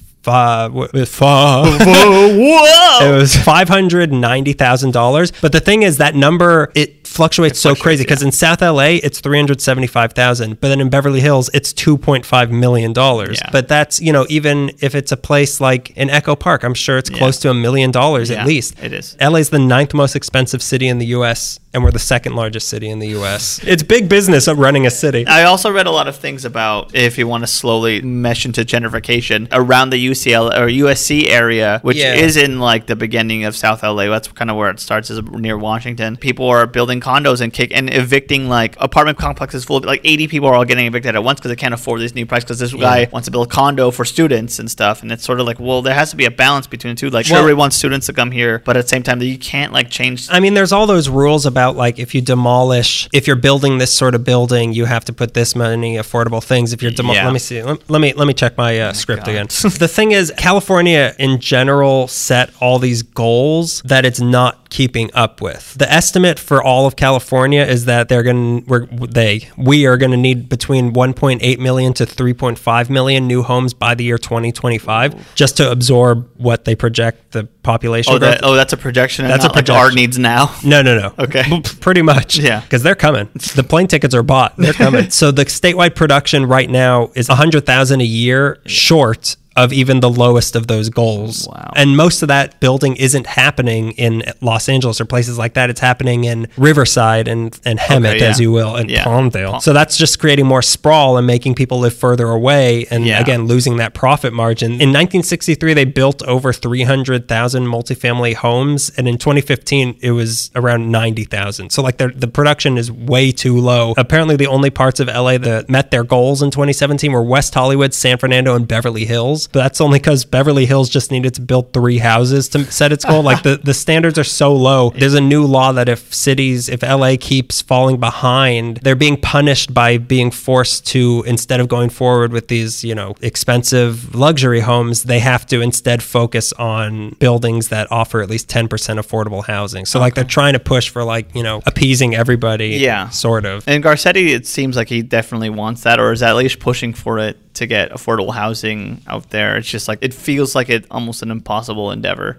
B: Five,
A: Whoa!
B: it was five hundred ninety thousand dollars. But the thing is, that number it fluctuates, so crazy because in South LA it's three hundred seventy five thousand, but then in Beverly Hills it's two point five million dollars.
A: Yeah.
B: But that's you know even if it's a place like in Echo Park, I'm sure it's close to a million dollars
A: Yeah,
B: at least.
A: it is.
B: LA's the ninth most expensive city in the U.S. and we're the second largest city in the U.S. It's big business of running a city.
A: I also read a lot of things about if you want to slowly mesh into gentrification around the UCL or USC area, which
B: Yeah.
A: is in like the beginning of South LA. That's kind of where it starts, is near Washington. People are building condos and kick and evicting like apartment complexes full of like 80 people are all getting evicted at once because they can't afford this new price because this guy wants to build a condo for students and stuff. And it's sort of like, well, there has to be a balance between the two. Like, sure,
B: Well-
A: we want students to come here, but at the same time, you can't like change.
B: I mean, there's all those rules about like if you demolish, if you're building this sort of building, you have to put this many affordable things. If you're demo-
A: Yeah. Oh
B: let me see, let, let me let me check my uh, script
A: God.
B: again. the thing is, California in general set all these goals that it's not keeping up with. The estimate for all of California is that they're going to we're they we are going to need between 1.8 million to 3.5 million new homes by the year 2025 just to absorb what they project the population.
A: Oh,
B: growth.
A: that, oh, that's a projection. and
B: That's a
A: not, like, our
B: projection.
A: needs now.
B: No, no, no.
A: Okay.
B: P- p- pretty much.
A: Yeah.
B: Because they're coming. The plane tickets are bought. They're coming. so the statewide production right now is 100,000 a year short of even the lowest of those goals.
A: Wow.
B: And most of that building isn't happening in Los Angeles or places like that. It's happening in Riverside and, and Hemet,
A: Okay, yeah.
B: as you will, and
A: Yeah.
B: Palmdale.
A: Palm-
B: so that's just creating more sprawl and making people live further away. And
A: Yeah.
B: again, losing that profit margin. In 1963, they built over 300,000 multifamily homes, and in 2015, it was around 90,000. So, like, their- the production is way too low. Apparently, the only parts of LA that met their goals in 2017 were West Hollywood, San Fernando, and Beverly Hills. But that's only because Beverly Hills just needed to build three houses to set its goal. like, the, the standards are so low. There's a new law that if cities, if LA keeps falling behind, they're being punished by being forced to, instead of going forward with these, you know, expensive luxury homes, they have to instead focus on buildings that offer at least 10% affordable housing. So, like, they're trying to push for, like, you know, appeasing everybody.
A: Yeah.
B: Sort of.
A: And Garcetti, it seems like he definitely wants that, or is at least pushing for it to get affordable housing out there. It's just like it feels like it almost an impossible endeavor.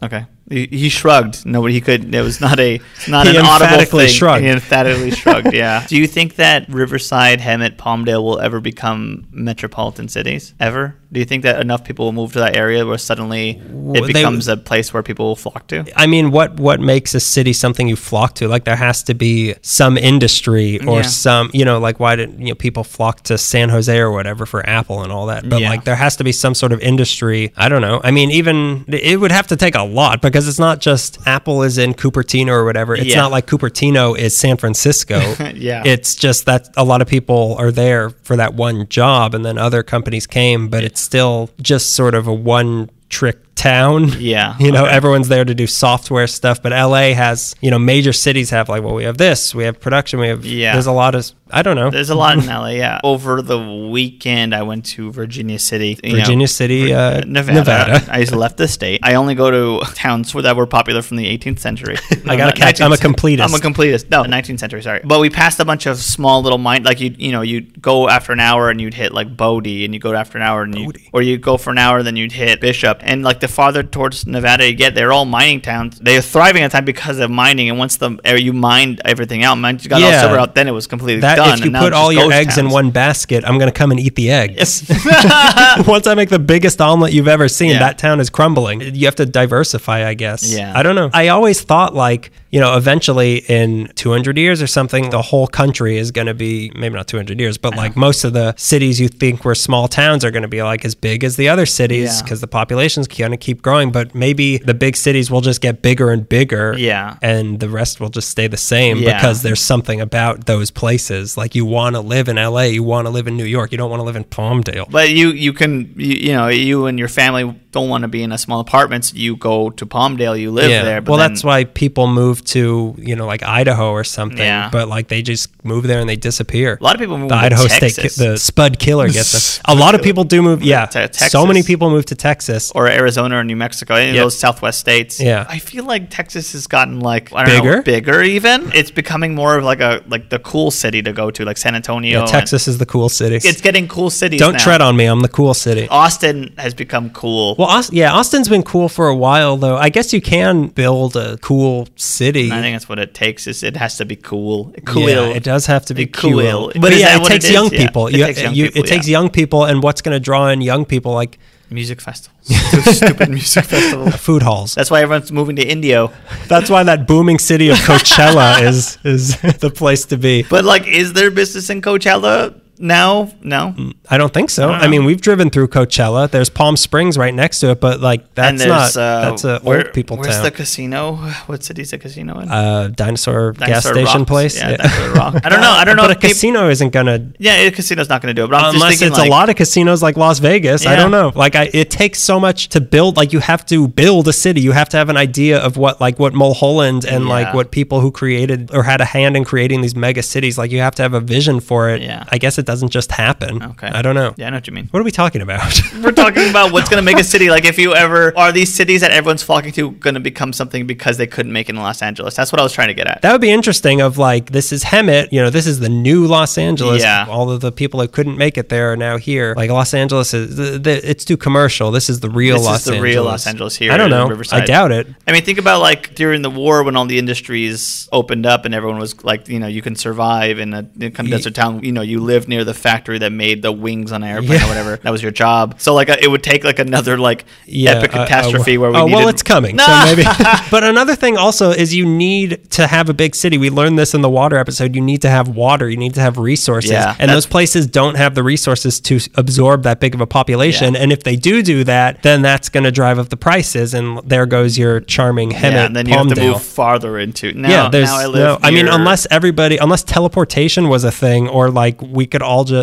A: Okay, he, he shrugged. Nobody he could. It was not a not
B: He
A: an audible
B: emphatically
A: thing.
B: shrugged.
A: He emphatically shrugged. Yeah. Do you think that Riverside, Hemet, Palmdale will ever become metropolitan cities? Ever? Do you think that enough people will move to that area where suddenly it
B: they-
A: becomes a place where people will flock to?
B: I mean, what what makes a city something you flock to? Like there has to be some industry or
A: Yeah.
B: some, you know, like why did you know people flock to San Jose or whatever for Apple and all that? But
A: Yeah.
B: like there has to be some sort of industry. I don't know. I mean, even it would have to take a lot because it's not just Apple is in Cupertino or whatever. It's
A: Yeah.
B: not like Cupertino is San Francisco.
A: Yeah.
B: it's just that a lot of people are there for that one job, and then other companies came, but it's still just sort of a one trick town.
A: Yeah,
B: You know, everyone's there to do software stuff, but LA has, you know, major cities have like, well, we have this, we have production, we have,
A: Yeah.
B: there's a lot of, I don't know.
A: There's a lot in LA, yeah. Over the weekend, I went to Virginia City. you know,
B: Virginia City, uh,
A: Nevada.
B: Nevada.
A: I just left the state. I only go to towns that were popular from the 18th century.
B: I gotta catch- I'm a
A: 19th
B: completist.
A: I'm a completist. No, 19th century. Sorry. But we passed a bunch of small little mine. Like you, you know, you'd go after an hour and you'd hit like Bodie, and you go after an hour and you,
B: Bodie.
A: or you go for an hour, then you'd hit Bishop. And like the farther towards Nevada you get, they're all mining towns. They're thriving at the time because of mining. And once the er, you mined everything out, mined, you got all
B: Yeah.
A: silver out, then it was completely
B: That
A: done.
B: if you
A: and now
B: put
A: it's just
B: all your
A: ghost
B: eggs in
A: towns.
B: one basket, I'm gonna come and eat the egg. Once I make the biggest omelet you've ever seen,
A: Yeah.
B: that town is crumbling. You have to diversify, I guess.
A: Yeah.
B: I don't know. I always thought like, you know, eventually in 200 years or something, the whole country is going to be maybe not 200 years, but
A: Uh-huh.
B: like most of the cities you think were small towns are going to be like as big as the other cities
A: Yeah.
B: because the population's going to keep growing. But maybe the big cities will just get bigger and bigger.
A: Yeah.
B: And the rest will just stay the same
A: Yeah.
B: because there's something about those places. Like you want to live in LA, you want to live in New York, you don't want to live in Palmdale.
A: But you you can you, you know you and your family don't want to be in a small apartment. So you go to Palmdale. You live there. But
B: well,
A: then-
B: that's why people move to you know like Idaho or something.
A: Yeah.
B: But like they just move there and they disappear.
A: a lot of people move
B: the
A: to
B: Idaho
A: Texas
B: State, ki- the Spud Killer gets them. A lot of people do move. Yeah,
A: To
B: so
A: Texas. Oh,
B: many people move to Texas.
A: or Arizona or New Mexico, any
B: Yep.
A: of those Southwest states.
B: Yeah.
A: I feel like Texas has gotten like I don't
B: Bigger?
A: know, bigger even. It's becoming more of like a like the cool city to go to, like San Antonio.
B: Yeah,
A: and-
B: Texas is the cool city.
A: it's getting cool cities.
B: Don't
A: now. Oh.
B: tread on me. I'm the cool city.
A: Austin has become cool.
B: Well, Aust- yeah, Austin's been cool for a while though. I guess you can build a cool city.
A: I think that's what it takes. Is it has to be cool. Cool.
B: Yeah, it does have to be
A: Cool.
B: cool.
A: But is
B: yeah,
A: that
B: it
A: what
B: takes
A: it is?
B: young
A: Yeah,
B: people.
A: it
B: You-
A: takes young
B: you-
A: people,
B: It takes
A: yeah.
B: young people, and what's going to draw in young people like
A: Music festivals. Stupid music festivals.
B: food halls?
A: That's why everyone's moving to Indio.
B: That's why that booming city of Coachella is is the place to be.
A: But like, is there business in Coachella now? No.
B: I don't think so. I,
A: know.
B: mean, we've driven through Coachella. There's Palm Springs right next to it, but like that's not that's a
A: uh, where-
B: old people
A: Where's
B: town.
A: the casino? What city's the casino in?
B: uh, dinosaur, gas
A: Dinosaur
B: station
A: Rocks.
B: place.
A: Yeah, Dinosaur Rock. I don't know. I don't know.
B: But a
A: if peop-
B: casino isn't gonna.
A: Yeah, a casino's not going to do it. But I'm
B: Unless
A: just thinking,
B: it's
A: like,
B: a lot of casinos like Las Vegas, I
A: Yeah.
B: don't know. Like, I, it takes so much to build. Like, you have to build a city. You have to have an idea of what, like, what Mulholland and like
A: Yeah.
B: what people who created or had a hand in creating these mega cities. Like, you have to have a vision for it.
A: Yeah.
B: I guess it doesn't just happen.
A: Okay.
B: I don't know.
A: Yeah, I know what you mean.
B: What are we talking about?
A: We're talking about what's going to make a city. Like, if you ever are these cities that everyone's flocking to going to become something because they couldn't make it in Los Angeles? That's what I was trying to get at.
B: That would be interesting. Of like, this is Hemet. You know, this is the new Los Angeles.
A: Yeah.
B: All of the people who couldn't make it there are now here. Like Los Angeles is, th th it's too commercial. This is the real
A: This is
B: Los
A: the
B: Angeles.
A: real Los Angeles here
B: I don't
A: in
B: know.
A: Riverside.
B: I doubt it.
A: I mean, think about like during the war when all the industries opened up and everyone was like, you know, you can survive in a in a desert town. You know, you live near the factory that made the wings on an airplane
B: Yeah.
A: or whatever. That was your job. So like, uh, it would take like another like
B: Yeah,
A: epic
B: uh, uh,
A: catastrophe where we
B: oh, well,
A: needed-
B: it's coming.
A: Nah!
B: So maybe. but another thing also is you need to have a big city. We learned this in the water episode. You need to have water. You need to have resources.
A: Yeah,
B: and
A: that's-
B: those places don't have the resources to s- absorb that big of a population. And if they do do that, then that's going to drive up the prices. And there goes your charming Hemet
A: yeah, and then you have to
B: Palmdale.
A: move farther into. Now,
B: yeah, there's
A: now I live.
B: no. I mean,
A: near-
B: unless everybody, unless teleportation was a thing, or like we could all just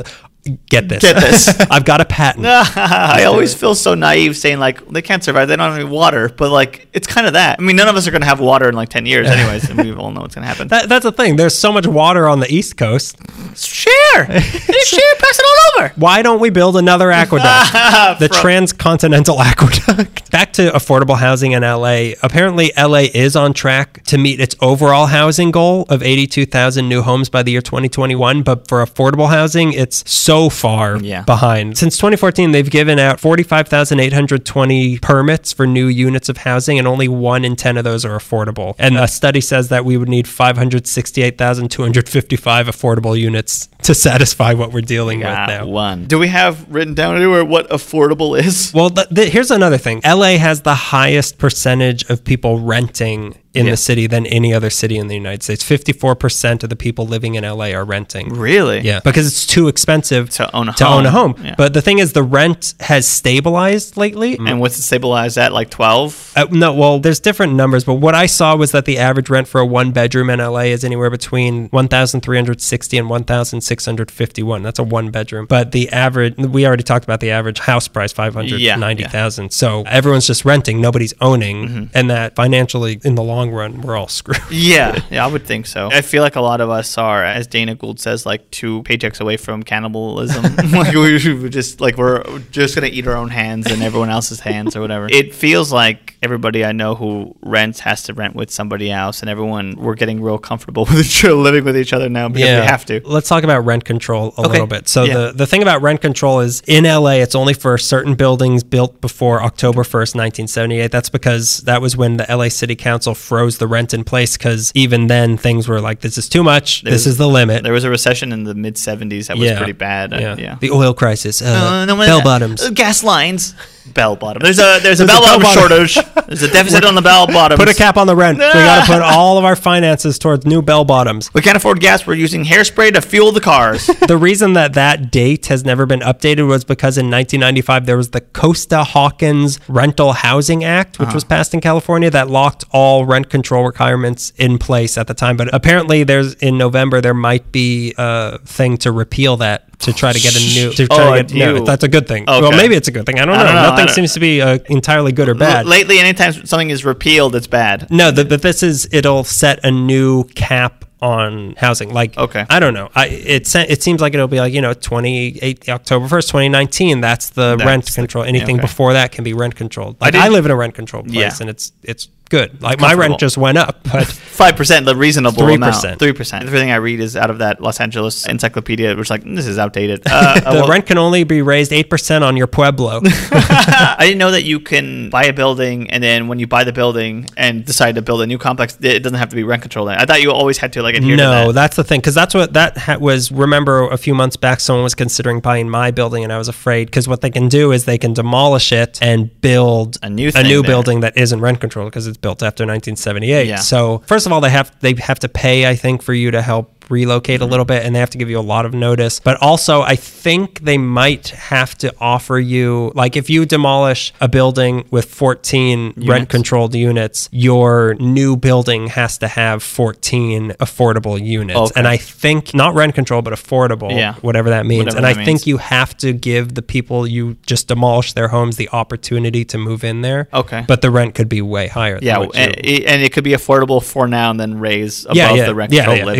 B: get this.
A: Get this.
B: I've got a patent.
A: Ah, I always feel so naive saying like they can't survive. They don't have any water, but like it's kind of that. I mean, none of us are gonna have water in like ten years, anyways, and we all know what's gonna happen.
B: That, that's the thing. There's so much water on the East Coast.
A: share, Just share, pass it all over.
B: Why don't we build another aqueduct? the transcontinental aqueduct. Back to affordable housing in LA. Apparently, LA is on track to meet its overall housing goal of 82,000 new homes by the year 2021. But for affordable housing, it's so far
A: Yeah.
B: behind. Since 2014, they've given out 45,820 permits for new units of housing, and only one in 10 of those are affordable. And a study says that we would need 568,255 affordable units to satisfy what we're dealing with now.
A: one. Do we have written down anywhere what affordable is?
B: Well, th- th- here's another thing. LA has the highest percentage of people renting in
A: Yeah.
B: the city than any other city in the United States. 54% of the people living in LA are renting.
A: Really?
B: Yeah, because it's too expensive
A: To own a
B: to
A: home.
B: Own a home.
A: Yeah.
B: But the thing is, the rent has stabilized lately.
A: And what's it stabilized at? Like 12?
B: Uh, no, well, there's different numbers, but what I saw was that the average rent for a one bedroom in LA is anywhere between 1,360 and 1,651. That's a one bedroom. But the average, we already talked about the average house price, 590,000. So everyone's just renting, nobody's owning. And that financially, in the long run, we're all screwed.
A: Yeah. Yeah, I would think so. I feel like a lot of us are, as Dana Gould says, like two paychecks away from cannibalism. like we should just like we're just gonna eat our own hands and everyone else's hands or whatever. It feels like everybody I know who rents has to rent with somebody else, and everyone we're getting real comfortable with each other, living with each other now because we have to.
B: Let's talk about rent control a little bit. So
A: Yeah.
B: the, the thing about rent control is in LA, it's only for certain buildings built before October 1st, 1978. That's because that was when the LA City Council froze the rent in place because even then things were like, this is too much. this
A: There's-
B: is the limit.
A: There was a recession in the mid '70s that was pretty bad. and-
B: Yeah.
A: yeah.
B: The oil crisis. Uh,
A: Uh, no, what is
B: bell
A: that?
B: bottoms.
A: Uh, gas lines. Bell bottom. There's a there's a
B: There's a
A: bell bottom
B: bell bottom.
A: shortage. There's a deficit on the bell bottoms.
B: Put a cap on the rent. We got to put all of our finances towards new bell bottoms.
A: We can't afford gas. We're using hairspray to fuel the cars.
B: the reason that that date has never been updated was because in 1995 there was the Costa Hawkins Rental Housing Act,
A: Uh-huh.
B: which was passed in California that locked all rent control requirements in place at the time. But apparently, there's in November there might be a thing to repeal that to try to get a new. To try
A: Oh,
B: to get, no,
A: you-
B: that's a good thing. Well,
A: Okay.
B: maybe it's a good thing. I don't know.
A: don't know. I
B: Nothing
A: don't-
B: seems to be uh, entirely good or bad.
A: L- Lately, anytime something is repealed, it's bad.
B: No, th- but this is it'll set a new cap on housing. Like,
A: Okay.
B: I don't know. I it se- it seems like it'll be like you know twenty eight October first, twenty nineteen. That's the
A: That's
B: rent
A: the-
B: control. Anything
A: okay.
B: before that can be rent controlled. Like I,
A: didn't-
B: live in a rent controlled place,
A: Yeah.
B: and it's it's good. Like my
A: comfortable.
B: rent just went up, but
A: Five percent, the reasonable 3%.
B: 3%.
A: amount. Three percent. Everything I read is out of that Los Angeles encyclopedia, which like this is outdated. Uh,
B: the rent can only be raised eight percent on your pueblo.
A: I didn't know that you can buy a building, and then when you buy the building and decide to build a new complex, it doesn't have to be rent controlled. I thought you always had to like adhere to
B: no,
A: that.
B: that's the thing because that's what that ha- was. Remember, a few months back, someone was considering buying my building, and I was afraid because what they can do is they can demolish it and build
A: A new thing there.
B: building that isn't rent controlled because it's built after 1978.
A: Yeah.
B: So first of all, they have they have to pay, I think, for you to help relocate
A: Mm-hmm.
B: a little bit and they have to give you a lot of notice but also i think they might have to offer you like if you demolish a building with 14 rent controlled units your new building has to have 14 affordable units
A: Okay.
B: and i think not rent control but affordable
A: Yeah.
B: whatever that means
A: Whatever
B: and i
A: that
B: think
A: means.
B: you have to give the people you just demolish their homes the opportunity to move in there
A: Okay.
B: but the rent could be way higher than
A: Yeah,
B: what you-
A: and, and it could be affordable for now and then raise above
B: yeah, yeah,
A: the rent
B: yeah,
A: control
B: yeah,
A: limit.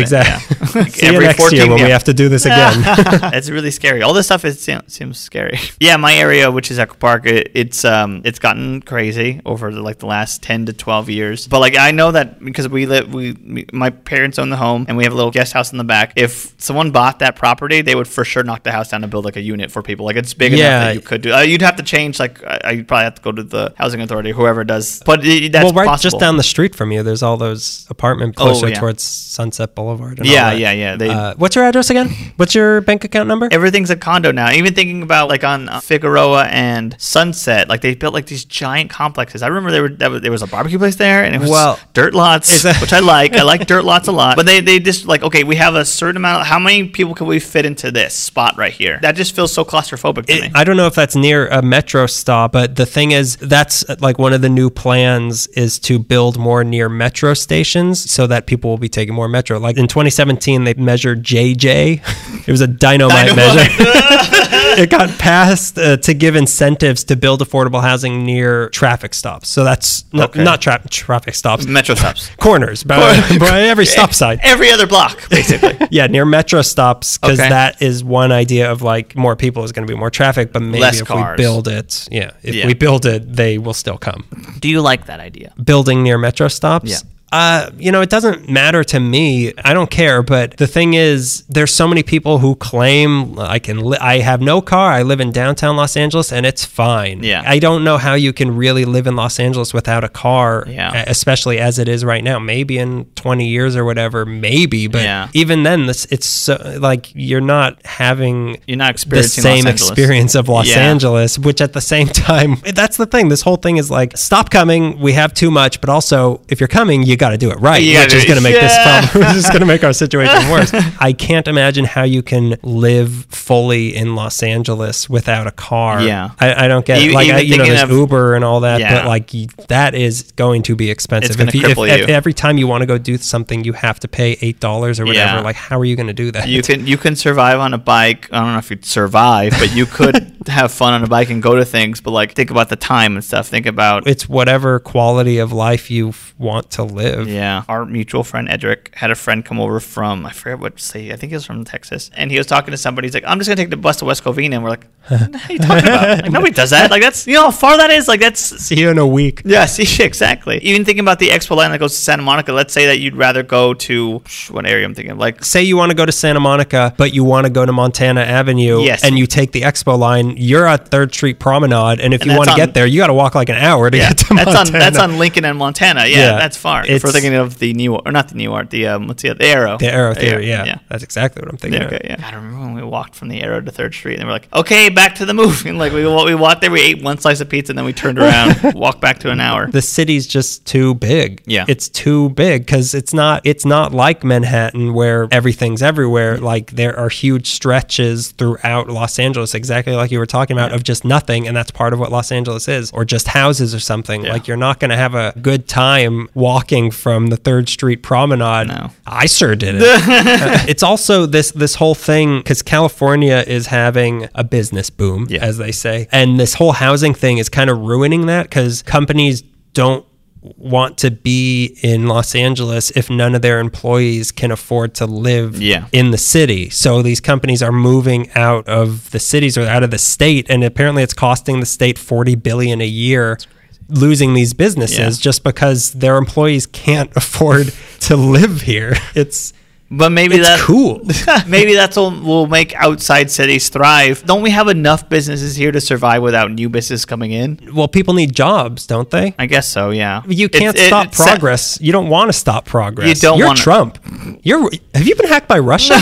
A: Yeah.
B: exactly.
A: Like
B: See you next year when we have to do this again.
A: it's really scary. All this stuff is seem- seems scary. Yeah, my area, which is Echo Park, it, it's um it's gotten crazy over the, like the last ten to twelve years. But like I know that because we live, we, we my parents own the home and we have a little guest house in the back. If someone bought that property, they would for sure knock the house down and build like a unit for people. Like it's big
B: Yeah.
A: enough that you could do. Uh, you'd have to change like I, you'd probably have to go to the housing authority, whoever does. But it, that's
B: well, right,
A: possible.
B: just down the street from you, there's all those apartment
A: Oh,
B: closer
A: yeah.
B: towards Sunset Boulevard. And all
A: Yeah,
B: that.
A: yeah, yeah. They,
B: Uh, what's your address again? What's your bank account number?
A: everything's a condo now. Even thinking about like on uh, Figueroa and Sunset, like they built like these giant complexes. I remember there were that was- there was a barbecue place there, and it was
B: Well-
A: dirt lots,
B: that-
A: which I like. I like dirt lots a lot. But they they just like okay, we have a certain amount. How many people can we fit into this spot right here? That just feels so claustrophobic to me.
B: I don't know if that's near a metro stop, but the thing is, that's uh, like one of the new plans is to build more near metro stations so that people will be taking more metro. Like in 2017, they measured JJ. It was a dynamite, measure. it got passed uh, to give incentives to build affordable housing near traffic stops. So that's not,
A: Okay. Mm.
B: not tra- traffic stops,
A: Metro stops.
B: corners, by, by every stop sign
A: Every other block, basically.
B: yeah, near metro stops because
A: Okay.
B: that is one idea of like more people is going to be more traffic, but maybe
A: Less
B: if
A: cars.
B: we build it, yeah, if
A: Yeah.
B: we build it, they will still come.
A: Do you like that idea?
B: Building near metro stops.
A: Yeah.
B: Uh, you know, it doesn't matter to me. I don't care. But the thing is, there's so many people who claim I can. Li- I have no car. I live in downtown Los Angeles, and it's fine.
A: Yeah.
B: I don't know how you can really live in Los Angeles without a car. e,
A: Yeah.
B: Especially as it is right now. Maybe in 20 years or whatever. Maybe. But
A: Yeah.
B: even then, this it's so, like you're not having
A: You're not
B: the
A: experiencing Los
B: same
A: Angeles.
B: experience of Los
A: Yeah.
B: Angeles, which at the same time, that's the thing. This whole thing is like, stop coming. We have too much. But also, if you're coming, you you got to do it right,
A: You gotta
B: which
A: do
B: is
A: it-
B: going to make this
A: Yeah.
B: problem. This is going to make our situation worse. I can't imagine how you can live fully in Los Angeles without a car.
A: Yeah.
B: I, I don't get
A: You-
B: it. Like,
A: even
B: I, you know,
A: thinking
B: there's
A: of-
B: Uber and all that,
A: Yeah.
B: but like you, that is going to be expensive.
A: It's gonna
B: if,
A: cripple
B: if
A: you.
B: every time you want to go do something, you have to pay eight dollars or whatever.
A: Yeah.
B: Like, how are you going to do that?
A: You can you can survive on a bike. I don't know if you'd survive, but you could have fun on a bike and go to things. But like, think about the time and stuff. Think about
B: it's whatever quality of life you f- want to live.
A: Yeah. Our mutual friend Edric had a friend come over from I forget what state. I think he was from Texas, and he was talking to somebody. He's like, "I'm just gonna take the bus to West Covina," and we're like, "What the hell are you talking about? Like, nobody does that. Like that's you know how far that is. Like that's
B: See you in a week.
A: yeah, see, exactly. Even thinking about the expo line that goes to Santa Monica, let's say that you'd rather go to what area I'm thinking, like
B: Say you want to go to Santa Monica, but you want to go to Montana Avenue,
A: Yes.
B: and you take the Expo line. You're at Third Street Promenade, and if
A: And
B: you
A: that's
B: want to
A: on-
B: get there, you got to walk like an hour to
A: yeah,
B: get
A: that's
B: to Montana.
A: on that's on Lincoln and Montana. Yeah,
B: Yeah.
A: that's far. if we're
B: It's-
A: thinking of the new or not the new art, the um, what's the other, the arrow,
B: the Arrow Theory. Yeah,
A: yeah.
B: that's exactly what I'm thinking.
A: Yeah,
B: of.
A: okay, yeah. God, I remember when we walked from the Arrow to Third Street, and they were like, "Okay, back to the movie." And like we wa- we walked there, we ate one slice of pizza, and then we turned around, walked back to an hour.
B: The city's just too big.
A: Yeah.
B: it's too big because it's not it's not like Manhattan where everything's everywhere. Like there are huge stretches throughout Los Angeles, exactly like you were talking about, of just nothing, and that's part of what Los Angeles is, or just houses or something. Like you're not going to have a good time walking from the Third Street Promenade.
A: No.
B: I sure did it. it's also this this whole thing because California is having a business boom,
A: Yeah.
B: as they say, and this whole housing thing is kind of ruining that because companies don't want to be in Los Angeles if none of their employees can afford to live
A: Yeah.
B: in the city. So these companies are moving out of the cities or out of the state and apparently it's costing the state 40 billion a year losing these businesses
A: Yeah.
B: just because their employees can't afford to live here. It's
A: But maybe
B: it's
A: that
B: cool.
A: maybe that's what will make outside cities thrive. Don't we have enough businesses here to survive without new business coming in?
B: well, people need jobs, don't they?
A: I guess so. Yeah,
B: You
A: It's-
B: can't
A: it-
B: stop
A: it's-
B: progress. you don't want to stop progress.
A: You don't
B: You're
A: wanna-
B: Trump. You're. Have you been hacked by Russia?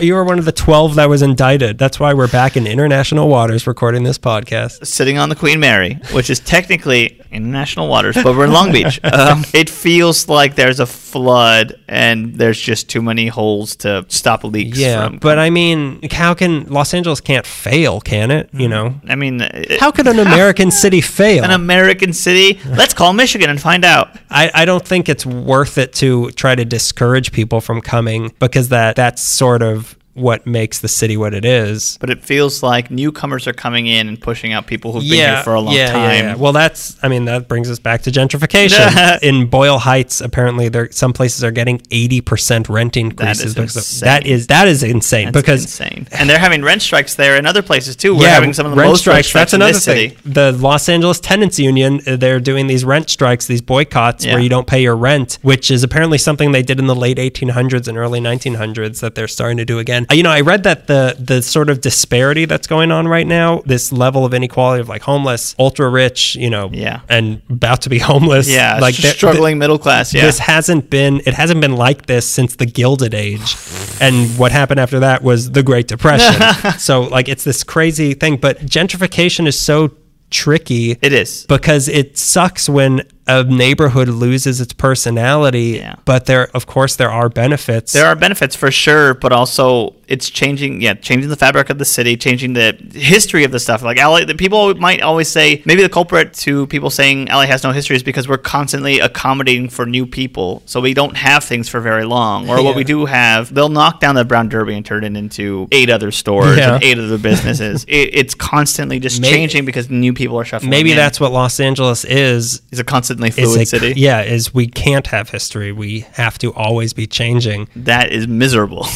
B: you were one of the twelve that was indicted. That's why we're back in international waters recording this podcast.
A: sitting on the Queen Mary, which is technically international waters, but we're in Long Beach. Um, it feels like there's a flood and there's just too many holes to stop leaks.
B: Yeah,
A: from.
B: but I mean, like, how can Los Angeles can't fail? Can it? You know,
A: I mean, it-
B: how could an American city fail?
A: Mm. an American city? Let's call Michigan and find out.
B: I, I don't think it's worth it to try to discourage people from coming because that that's sort of what makes the city what it is.
A: But it feels like newcomers are coming in and pushing out people who've been here for a long
B: yeah, yeah,
A: time.
B: yeah. Well, that's I mean that brings us back to gentrification. In Boyle Heights, apparently there some places are getting eighty percent rent increases.
A: is
B: because of-
A: insane.
B: that is that is insane
A: That's
B: because.
A: insane, and they're having rent strikes there and other places too. We're having some of the
B: rent
A: most
B: strikes.
A: rent strikes
B: That's another
A: in this
B: thing.
A: city.
B: The Los Angeles Tenants Union, uh, they're doing these rent strikes, these boycotts where
A: Yeah.
B: you don't pay your rent, which is apparently something they did in the late 1800s and early 1900s that they're starting to do again. Uh, You know, I read that the the sort of disparity that's going on right now, this level of inequality of like homeless, ultra rich, you know,
A: Yeah.
B: and about to be homeless,
A: Yeah,
B: like
A: like
B: they're-
A: struggling middle class. Yeah,
B: this hasn't been it hasn't been like this since the gilded age and what happened after that was the great depression so like it's this crazy thing but gentrification is so tricky
A: it is.
B: because it sucks when a neighborhood loses its personality
A: Yeah.
B: but there of course there are benefits
A: There are benefits for sure, but also it's changing. Yeah, changing the fabric of the city, changing the history of the stuff. Like LA, the people might always say maybe the culprit to people saying LA has no history is because we're constantly accommodating for new people, so we don't have things for very long. Or what
B: Yeah.
A: we do have, they'll knock down the Brown Derby and turn it into eight other stores
B: Yeah.
A: and eight other businesses. it, it's constantly just
B: Maybe-
A: changing because new people are shuffling.
B: maybe
A: in.
B: that's what los angeles is
A: it's a constantly
B: is
A: oh, fluid
B: a-
A: city.
B: yeah is we can't have history we have to always be changing
A: That is miserable.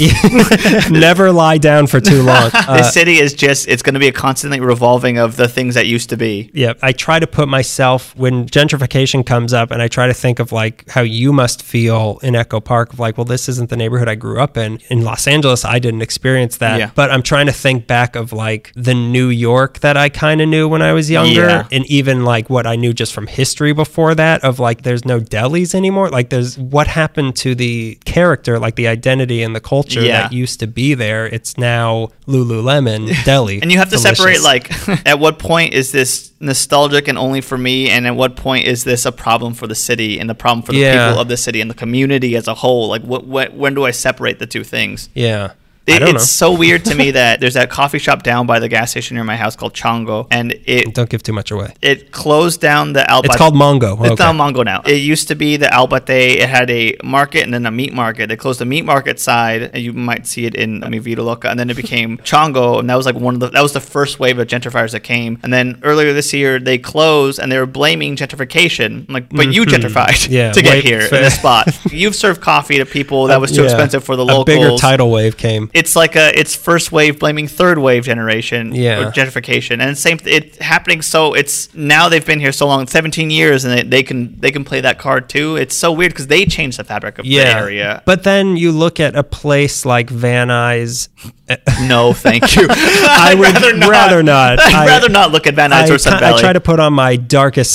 B: never lie down for too long Uh,
A: this city is just it's going to be a constantly revolving of the things that used to be
B: yeah i try to put myself when gentrification comes up and i try to think of like how you must feel in echo park of like well this isn't the neighborhood i grew up in in los angeles i didn't experience that
A: Yeah.
B: but i'm trying to think back of like the new york that i kind of knew when i was younger
A: Yeah.
B: and even like what i knew just from history before before that of like there's no delis anymore? Like there's what happened to the character, like the identity and the culture
A: Yeah.
B: that used to be there? It's now Lululemon deli.
A: And you have to
B: Delicious.
A: separate like at what point is this nostalgic and only for me and at what point is this a problem for the city and the problem for the
B: Yeah.
A: people of the city and the community as a whole? Like what, what when do I separate the two things?
B: yeah. I
A: It,
B: don't
A: it's so
B: know.
A: weird to me that there's that coffee shop down by the gas station near my house called Chongo and it
B: don't give too much away.
A: it closed down the Alba
B: It's called Mongo.
A: It's
B: Okay.
A: now Mongo now. It used to be the Albate. It had a market and then a meat market. They closed the meat market side, and you might see it in Mi Vida Loca. And then it became Chongo, and that was like one of the that was the first wave of gentrifiers that came. And then earlier this year they closed, and they were blaming gentrification. I'm like, but you gentrified
B: Mm-hmm. Yeah,
A: to get
B: wait,
A: here
B: fair.
A: in this spot. You've served coffee to people that was too
B: Yeah.
A: expensive for the
B: A
A: locals.
B: bigger tidal wave came.
A: It's like a it's first wave blaming third wave generation
B: Yeah.
A: or gentrification and same it's happening so it's now they've been here so long 17 years and they, they can they can play that card too it's so weird because they changed the fabric of the area
B: But then you look at a place like Van Nuys.
A: no thank you
B: I
A: I'd
B: would rather not.
A: I'd
B: I-
A: rather not look at Van Nuys
B: I,
A: or Sun
B: ki- I
A: Valley
B: try to put on my darkest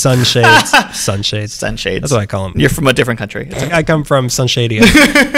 B: sunshades. sunshades.
A: sunshades
B: That's what I call them.
A: you're from a different country It's like,
B: I come from Sunshadia.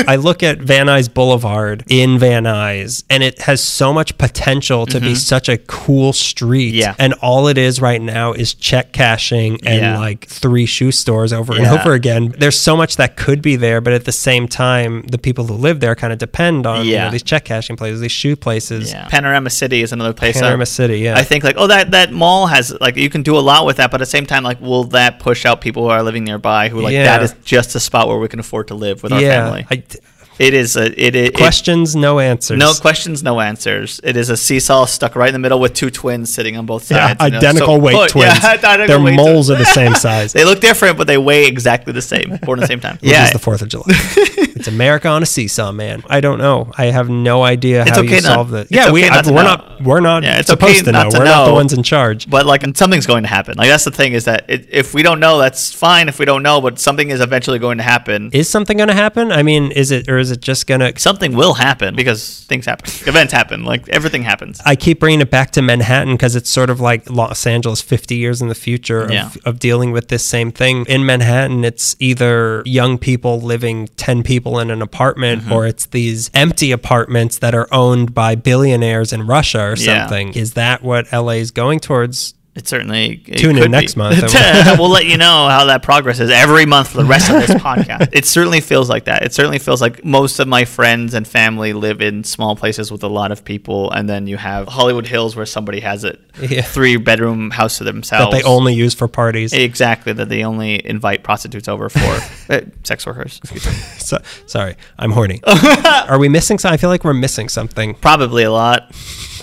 B: I look at Van Nuys Boulevard in Van Nuys, and it has so much potential to be such a cool street.
A: Mm-hmm. Yeah.
B: And all it is right now is check cashing and
A: Yeah.
B: like three shoe stores over
A: Yeah.
B: and over again. There's so much that could be there, but at the same time, the people who live there kind of depend on you know,
A: Yeah.
B: these check cashing places, these shoe places.
A: yeah. Panorama City is another place.
B: Panorama
A: I-
B: City, yeah.
A: I think like, oh, that that mall has like you can do a lot with that, but at the same time, like, will that push out people who are living nearby who like
B: Yeah.
A: that is just a spot where we can afford to live with our
B: yeah.
A: family?
B: I,
A: It is a it is
B: questions, no answers.
A: no questions, no answers. It is a seesaw stuck right in the middle with two twins sitting on both
B: Yeah,
A: sides. you know?
B: identical
A: So-
B: weight
A: oh,
B: twins.
A: Yeah, identical
B: Their
A: weight
B: moles
A: twins.
B: are the same size.
A: They look different, but they weigh exactly the same. Born at the same time.
B: which
A: yeah,
B: is the Fourth of July. it's America on a seesaw, man. I don't know. I have no idea
A: It's
B: how
A: okay
B: you
A: not-
B: solve this.
A: it's
B: Yeah, we
A: okay not
B: I-
A: to
B: we're
A: know.
B: not we're not
A: Yeah, it's
B: supposed
A: okay
B: to know.
A: not to
B: we're not the
A: know.
B: ones in charge.
A: but like something's going to happen. Like that's the thing is that it, if we don't know, that's fine. If we don't know, but something is eventually going to happen.
B: Is something going to happen? I mean, is it or is it just going to?
A: something will happen because things happen. Events happen. Like everything happens.
B: I keep bringing it back to Manhattan because it's sort of like Los Angeles 50 years in the future of,
A: Yeah.
B: of dealing with this same thing. In Manhattan, it's either young people living 10 people in an apartment
A: Mm-hmm.
B: or it's these empty apartments that are owned by billionaires in Russia or
A: Yeah.
B: something. Is that what LA is going towards?
A: It certainly it
B: Tune in
A: could
B: next
A: be.
B: month.
A: we'll let you know how that progresses every month for the rest of this podcast. It certainly feels like that. It certainly feels like most of my friends and family live in small places with a lot of people, and then you have Hollywood Hills where somebody has a
B: Yeah.
A: three bedroom house to
B: that
A: themselves.
B: they only use for parties.
A: exactly that they only invite prostitutes over for uh, sex workers. excuse me.
B: So, sorry, I'm horny. Are we missing something? I feel like we're missing something.
A: Probably a lot.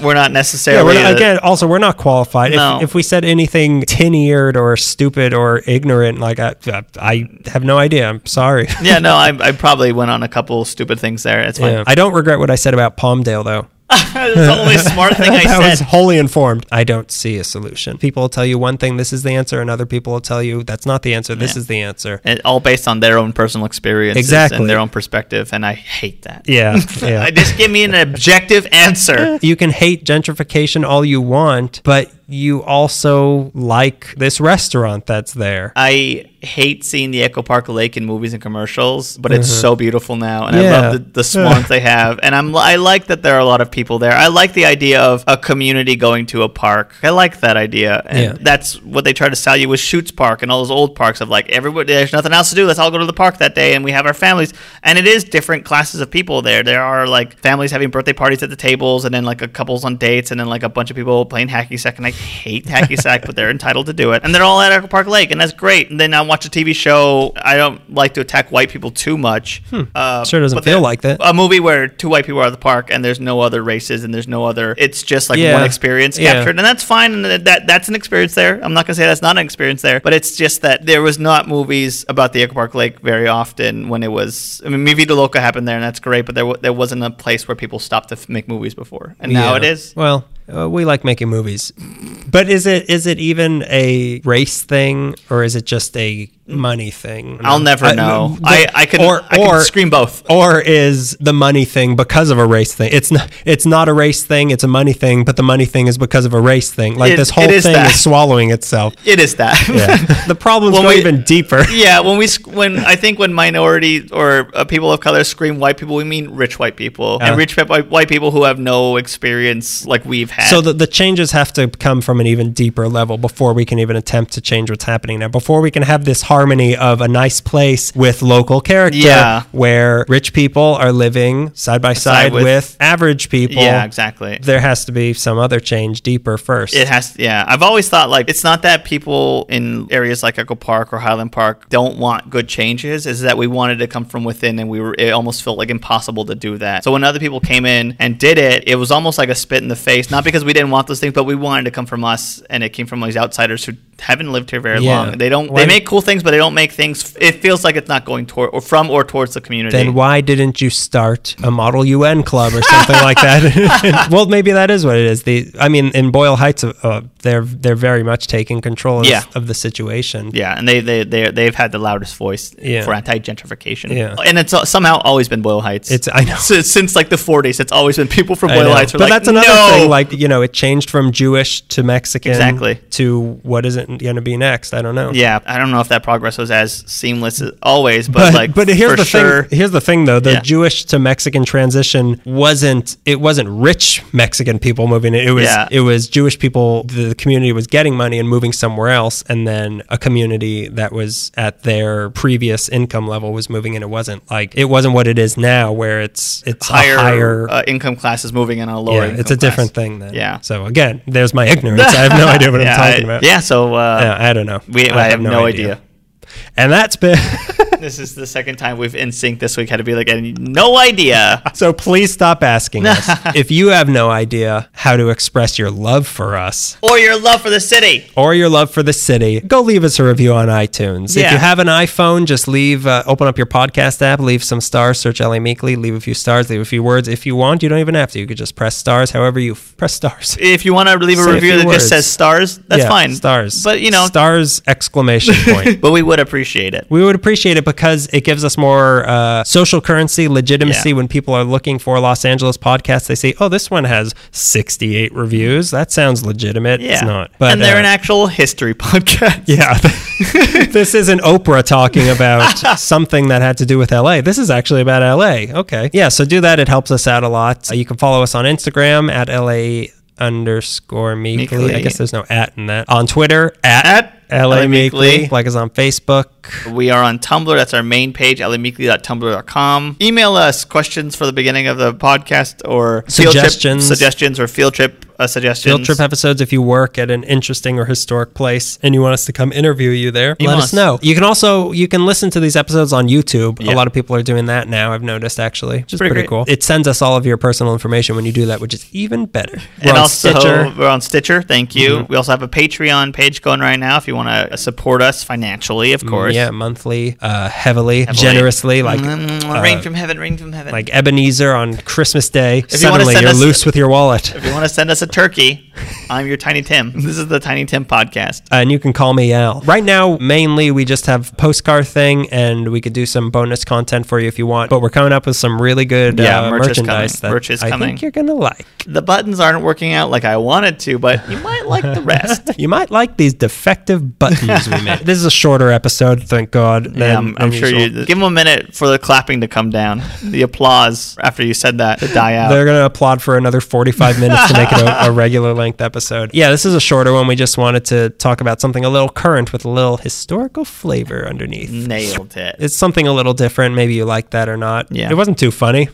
A: We're not
B: Yeah,
A: necessarily
B: we're not,
A: the-
B: again, also, we're not qualified.
A: No.
B: If, if we said anything tin eared or stupid or ignorant, like I, I, I have no idea. I'm sorry.
A: Yeah, no, I, I probably went on a couple stupid things there. It's fine.
B: Yeah. I don't regret what I said about Palmdale, though.
A: That's the only smart thing I
B: that
A: said.
B: was wholly informed. I don't see a solution. People will tell you one thing, this is the answer, and other people will tell you that's not the answer, this
A: Yeah.
B: is the answer.
A: and all based on their own personal experiences
B: Exactly.
A: and their own perspective and i hate that
B: Yeah, yeah.
A: I just give me an objective answer
B: you can hate gentrification all you want, but you also like this restaurant that's there.
A: i hate seeing the echo park lake in movies and commercials but it's so beautiful now and i
B: Uh-huh. Yeah.
A: love the, the swans they have and i'm i like that there are a lot of people there i like the idea of a community going to a park i like that idea and
B: Yeah.
A: that's what they try to sell you with shoots park and all those old parks of like everybody there's nothing else to do let's all go to the park that day and we have our families and it is different classes of people there there are like families having birthday parties at the tables and then like a couples on dates and then like a bunch of people playing hacky sack and i hate hacky sack but they're entitled to do it and they're all at Echo park lake and that's great and then i watch a tv show i don't like to attack white people too much uh,
B: Sure doesn't
A: but
B: feel
A: there-
B: like that.
A: a movie where two white people are at the park and there's no other races and there's no other it's just like
B: Yeah.
A: one experience
B: Yeah.
A: captured and that's fine and that- that that's an experience there i'm not going to say that's not an experience there but it's just that there was not movies about the echo park lake very often when it was i mean mi vida loca happened there and that's great but there, wa- there wasn't a place where people stopped to f- make movies before and now
B: Yeah.
A: it is
B: Well, uh, we like making movies, but is it is it even a race thing or is it just a money thing.
A: I'll never
B: I-
A: know.
B: the-
A: I, I could
B: or
A: I could
B: or
A: scream both.
B: or is the money thing because of a race thing? It's not. It's not a race thing. It's a money thing. But the money thing is because of a race thing. Like
A: It-
B: this
A: it
B: whole
A: is
B: thing
A: that.
B: is swallowing itself.
A: It is that.
B: Yeah. the problems
A: When
B: go
A: we-
B: even deeper.
A: Yeah, when we sc- when I think when minority or uh, people of color scream white people, we mean rich white people
B: Uh.
A: and rich pe- white white people who have no experience like we've had.
B: So the, the changes have to come from an even deeper level before we can even attempt to change what's happening now. Before we can have this harmony of a nice place with local character
A: Yeah.
B: where rich people are living side by side,
A: with-
B: with, average people.
A: yeah, exactly.
B: There has to be some other change deeper first.
A: It has, yeah. I've always thought like it's not that people in areas like Echo Park or Highland Park don't want good changes. Is that we wanted to come from within, and we were it almost felt like impossible to do that. So when other people came in and did it, it was almost like a spit in the face. Not because we didn't want those things, but we wanted to come from us, and it came from these outsiders who haven't lived here very
B: Yeah.
A: long. They don't.
B: Why-
A: They make cool things, but they don't make things. It feels like it's not going toward or from or towards the community.
B: then why didn't you start a Model UN club or something like that? well, maybe that is what it is. The I mean, in Boyle Heights, uh, they're they're very much taking control of,
A: Yeah.
B: of the situation.
A: Yeah, and they they they they've had the loudest voice
B: Yeah.
A: for anti gentrification.
B: Yeah.
A: and it's uh, somehow always been Boyle Heights.
B: It's- I know.
A: S- since like the 40s, it's always been people from
B: I
A: Boyle
B: know.
A: Heights. who are
B: But
A: like,
B: that's another
A: "No!"
B: thing. Like you know, it changed from Jewish to Mexican.
A: Exactly.
B: To what is it going to be next? I don't know.
A: yeah, I don't know if that progress was as seamless as always, but,
B: But,
A: like,
B: but here's
A: for
B: the
A: sure,
B: thing. Here's the thing, though. The
A: Yeah.
B: Jewish to Mexican transition wasn't. It wasn't rich Mexican people moving. It It was.
A: Yeah.
B: It was Jewish people. The, the community was getting money and moving somewhere else, and then a community that was at their previous income level was moving, and it wasn't like it wasn't what it is now, where it's it's
A: higher,
B: a higher
A: uh, income classes moving in on a lower.
B: yeah,
A: income
B: it's a
A: class.
B: different thing then.
A: Yeah.
B: So again, there's my ignorance. I have no idea what
A: yeah,
B: I'm talking
A: I-
B: about.
A: Yeah, so uh,
B: Yeah, I don't know.
A: we I, have no, idea.
B: And that's been
A: This is the second time we've in sync this week. Had to be like, and no idea.
B: so. Please stop asking us if you have no idea how to express your love for us
A: Or your love for the city.
B: or your love for the city. Go leave us a review on iTunes. If
A: Yeah.
B: you have an iPhone, just leave. Uh, open up your podcast app, leave some stars. Search Ellie Meekley. Leave a few stars. Leave a few words. If you want, you don't even have to. You could just press stars. However, you f- press stars.
A: if you want to leave a
B: Say a
A: review
B: few
A: that
B: words.
A: just says stars, that's
B: Yeah,
A: fine.
B: Stars.
A: But you know,
B: stars exclamation point.
A: but we would appreciate it.
B: We would appreciate it because it gives us more uh, social currency, legitimacy.
A: Yeah.
B: When people are looking for Los Angeles podcasts, they say, "Oh, this one has 68 reviews. That sounds legitimate."
A: Yeah.
B: It's not, but
A: and they're
B: uh,
A: an actual history podcast.
B: yeah. this isn't Oprah talking about something that had to do with LA. This is actually about LA. Okay. Yeah. So do that. It helps us out a lot. Uh, you can follow us on Instagram at LA underscore meekly. I
A: Meekly.
B: guess there's no at in that. On Twitter at,
A: At
B: LA,
A: LA
B: meekly.
A: Meekly.
B: Like us on Facebook.
A: We are on Tumblr. That's our main page, ellemeekly.tumblr.com. Email us questions for the beginning of the podcast or
B: Suggestions.
A: Field trip suggestions or field trip uh, suggestions.
B: field trip episodes if you work at an interesting or historic place and you want us to come interview you there
A: Email
B: let us
A: us.
B: know you can also you can listen to these episodes on youtube a
A: Yeah.
B: lot of people are doing that now i've noticed actually which is
A: Pretty
B: pretty,
A: great.
B: cool it sends us all of your personal information when you do that which is even better We're
A: and
B: on
A: also,
B: Stitcher. Mm-hmm.
A: we're on Stitcher. Thank you. We also have a Patreon page going right now if you want to support us financially, of course.
B: Mm, yeah monthly uh heavily,
A: Heavily.
B: generously like
A: Mm,
B: uh,
A: rain from heaven, rain from heaven.
B: like ebenezer on christmas day
A: you wanna
B: suddenly
A: send
B: you're
A: us-
B: loose with your wallet
A: If you want to send us a turkey, I'm your Tiny Tim. This is the Tiny Tim podcast.
B: and you can call me Al. Right now, mainly we just have postcard thing, and we could do some bonus content for you if you want. But we're coming up with some really good
A: Yeah,
B: uh,
A: merch is
B: merchandise
A: coming.
B: that
A: Merch is
B: I
A: coming.
B: think you're gonna like.
A: The buttons aren't working out like I wanted to, but you might like the rest.
B: You might like these defective buttons we made. This is a shorter episode, thank God. Than,
A: Yeah, Um, I'm, I'm
B: than
A: sure you
B: usual.
A: give them a minute for the clapping to come down, the applause after you said that to die out.
B: They're gonna applaud for another 45 minutes to make it a, a regular length episode. Yeah, this is a shorter one. We just wanted to talk about something a little current with a little historical flavor underneath.
A: Nailed it.
B: it's something a little different. Maybe you like that or not.
A: Yeah.
B: It wasn't too funny.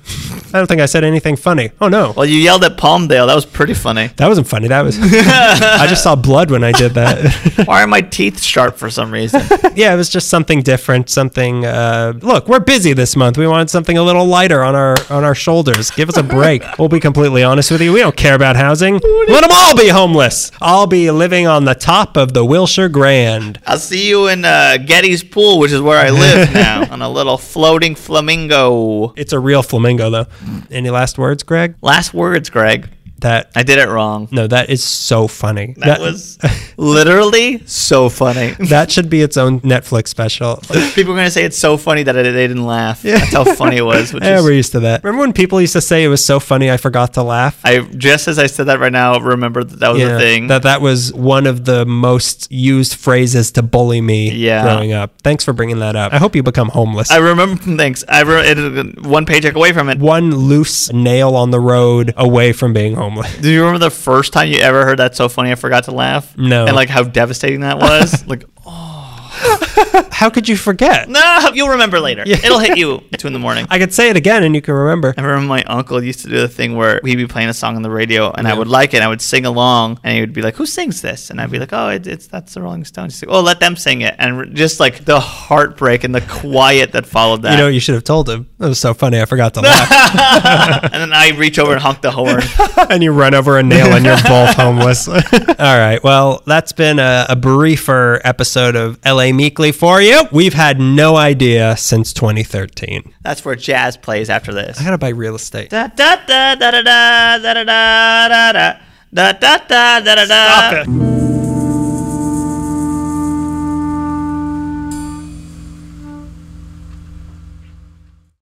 B: I don't think I said anything funny. Oh no.
A: Well, you yelled at Palmdale. That was pretty funny.
B: That wasn't funny. That was I just saw blood when I did that.
A: Why are my teeth sharp for some reason?
B: yeah, it was just something different, something uh look, we're busy this month. We wanted something a little lighter on our on our shoulders. Give us a break. we'll be completely honest with you. We don't care about housing. Let them all be homeless. I'll be living on the top of the Wilshire Grand.
A: I'll see you in uh, Getty's Pool, which is where I live now, on a little floating flamingo.
B: It's a real flamingo though. Any last words, Greg?
A: Last words, Greg.
B: That
A: I did it wrong.
B: no, that is so funny.
A: That was literally so funny.
B: that should be its own Netflix special.
A: People are gonna say it's so funny that I, they didn't laugh. That's how funny it was. Which
B: yeah,
A: is,
B: we're used to that. Remember when people used to say it was so funny I forgot to laugh?
A: I just as I said that right now, remember that that was a thing.
B: That that was one of the most used phrases to bully me
A: Yeah.
B: growing up. Thanks for bringing that up. I hope you become homeless.
A: I remember. Thanks. I re- it, one paycheck away from it.
B: one loose nail on the road away from being homeless.
A: Do you remember the first time you ever heard that? So funny, I forgot to laugh.
B: No.
A: And like how devastating that was. like,
B: How could you forget?
A: no, you'll remember later. It'll hit you at two in the morning.
B: I could say it again and you can remember.
A: I remember my uncle used to do the thing where he'd be playing a song on the radio, and I would like it, and I would sing along, and he would be like, "Who sings this?" And I'd be like, "Oh, it, it's that's the Rolling Stones." He's like, "Oh, let them sing it," and re- just like the heartbreak and the quiet that followed that.
B: You know, what you should have told him. It was so funny. I forgot to laugh.
A: and then I reach over and honk the horn.
B: and you run over a nail and you're both homeless. All right. Well, that's been a, a briefer episode of LA Meekly for you. We've had no idea since 2013.
A: that's where jazz plays after this.
B: I got to buy real estate.
A: Da da da da da da da da da da da da da da da da. Stop it.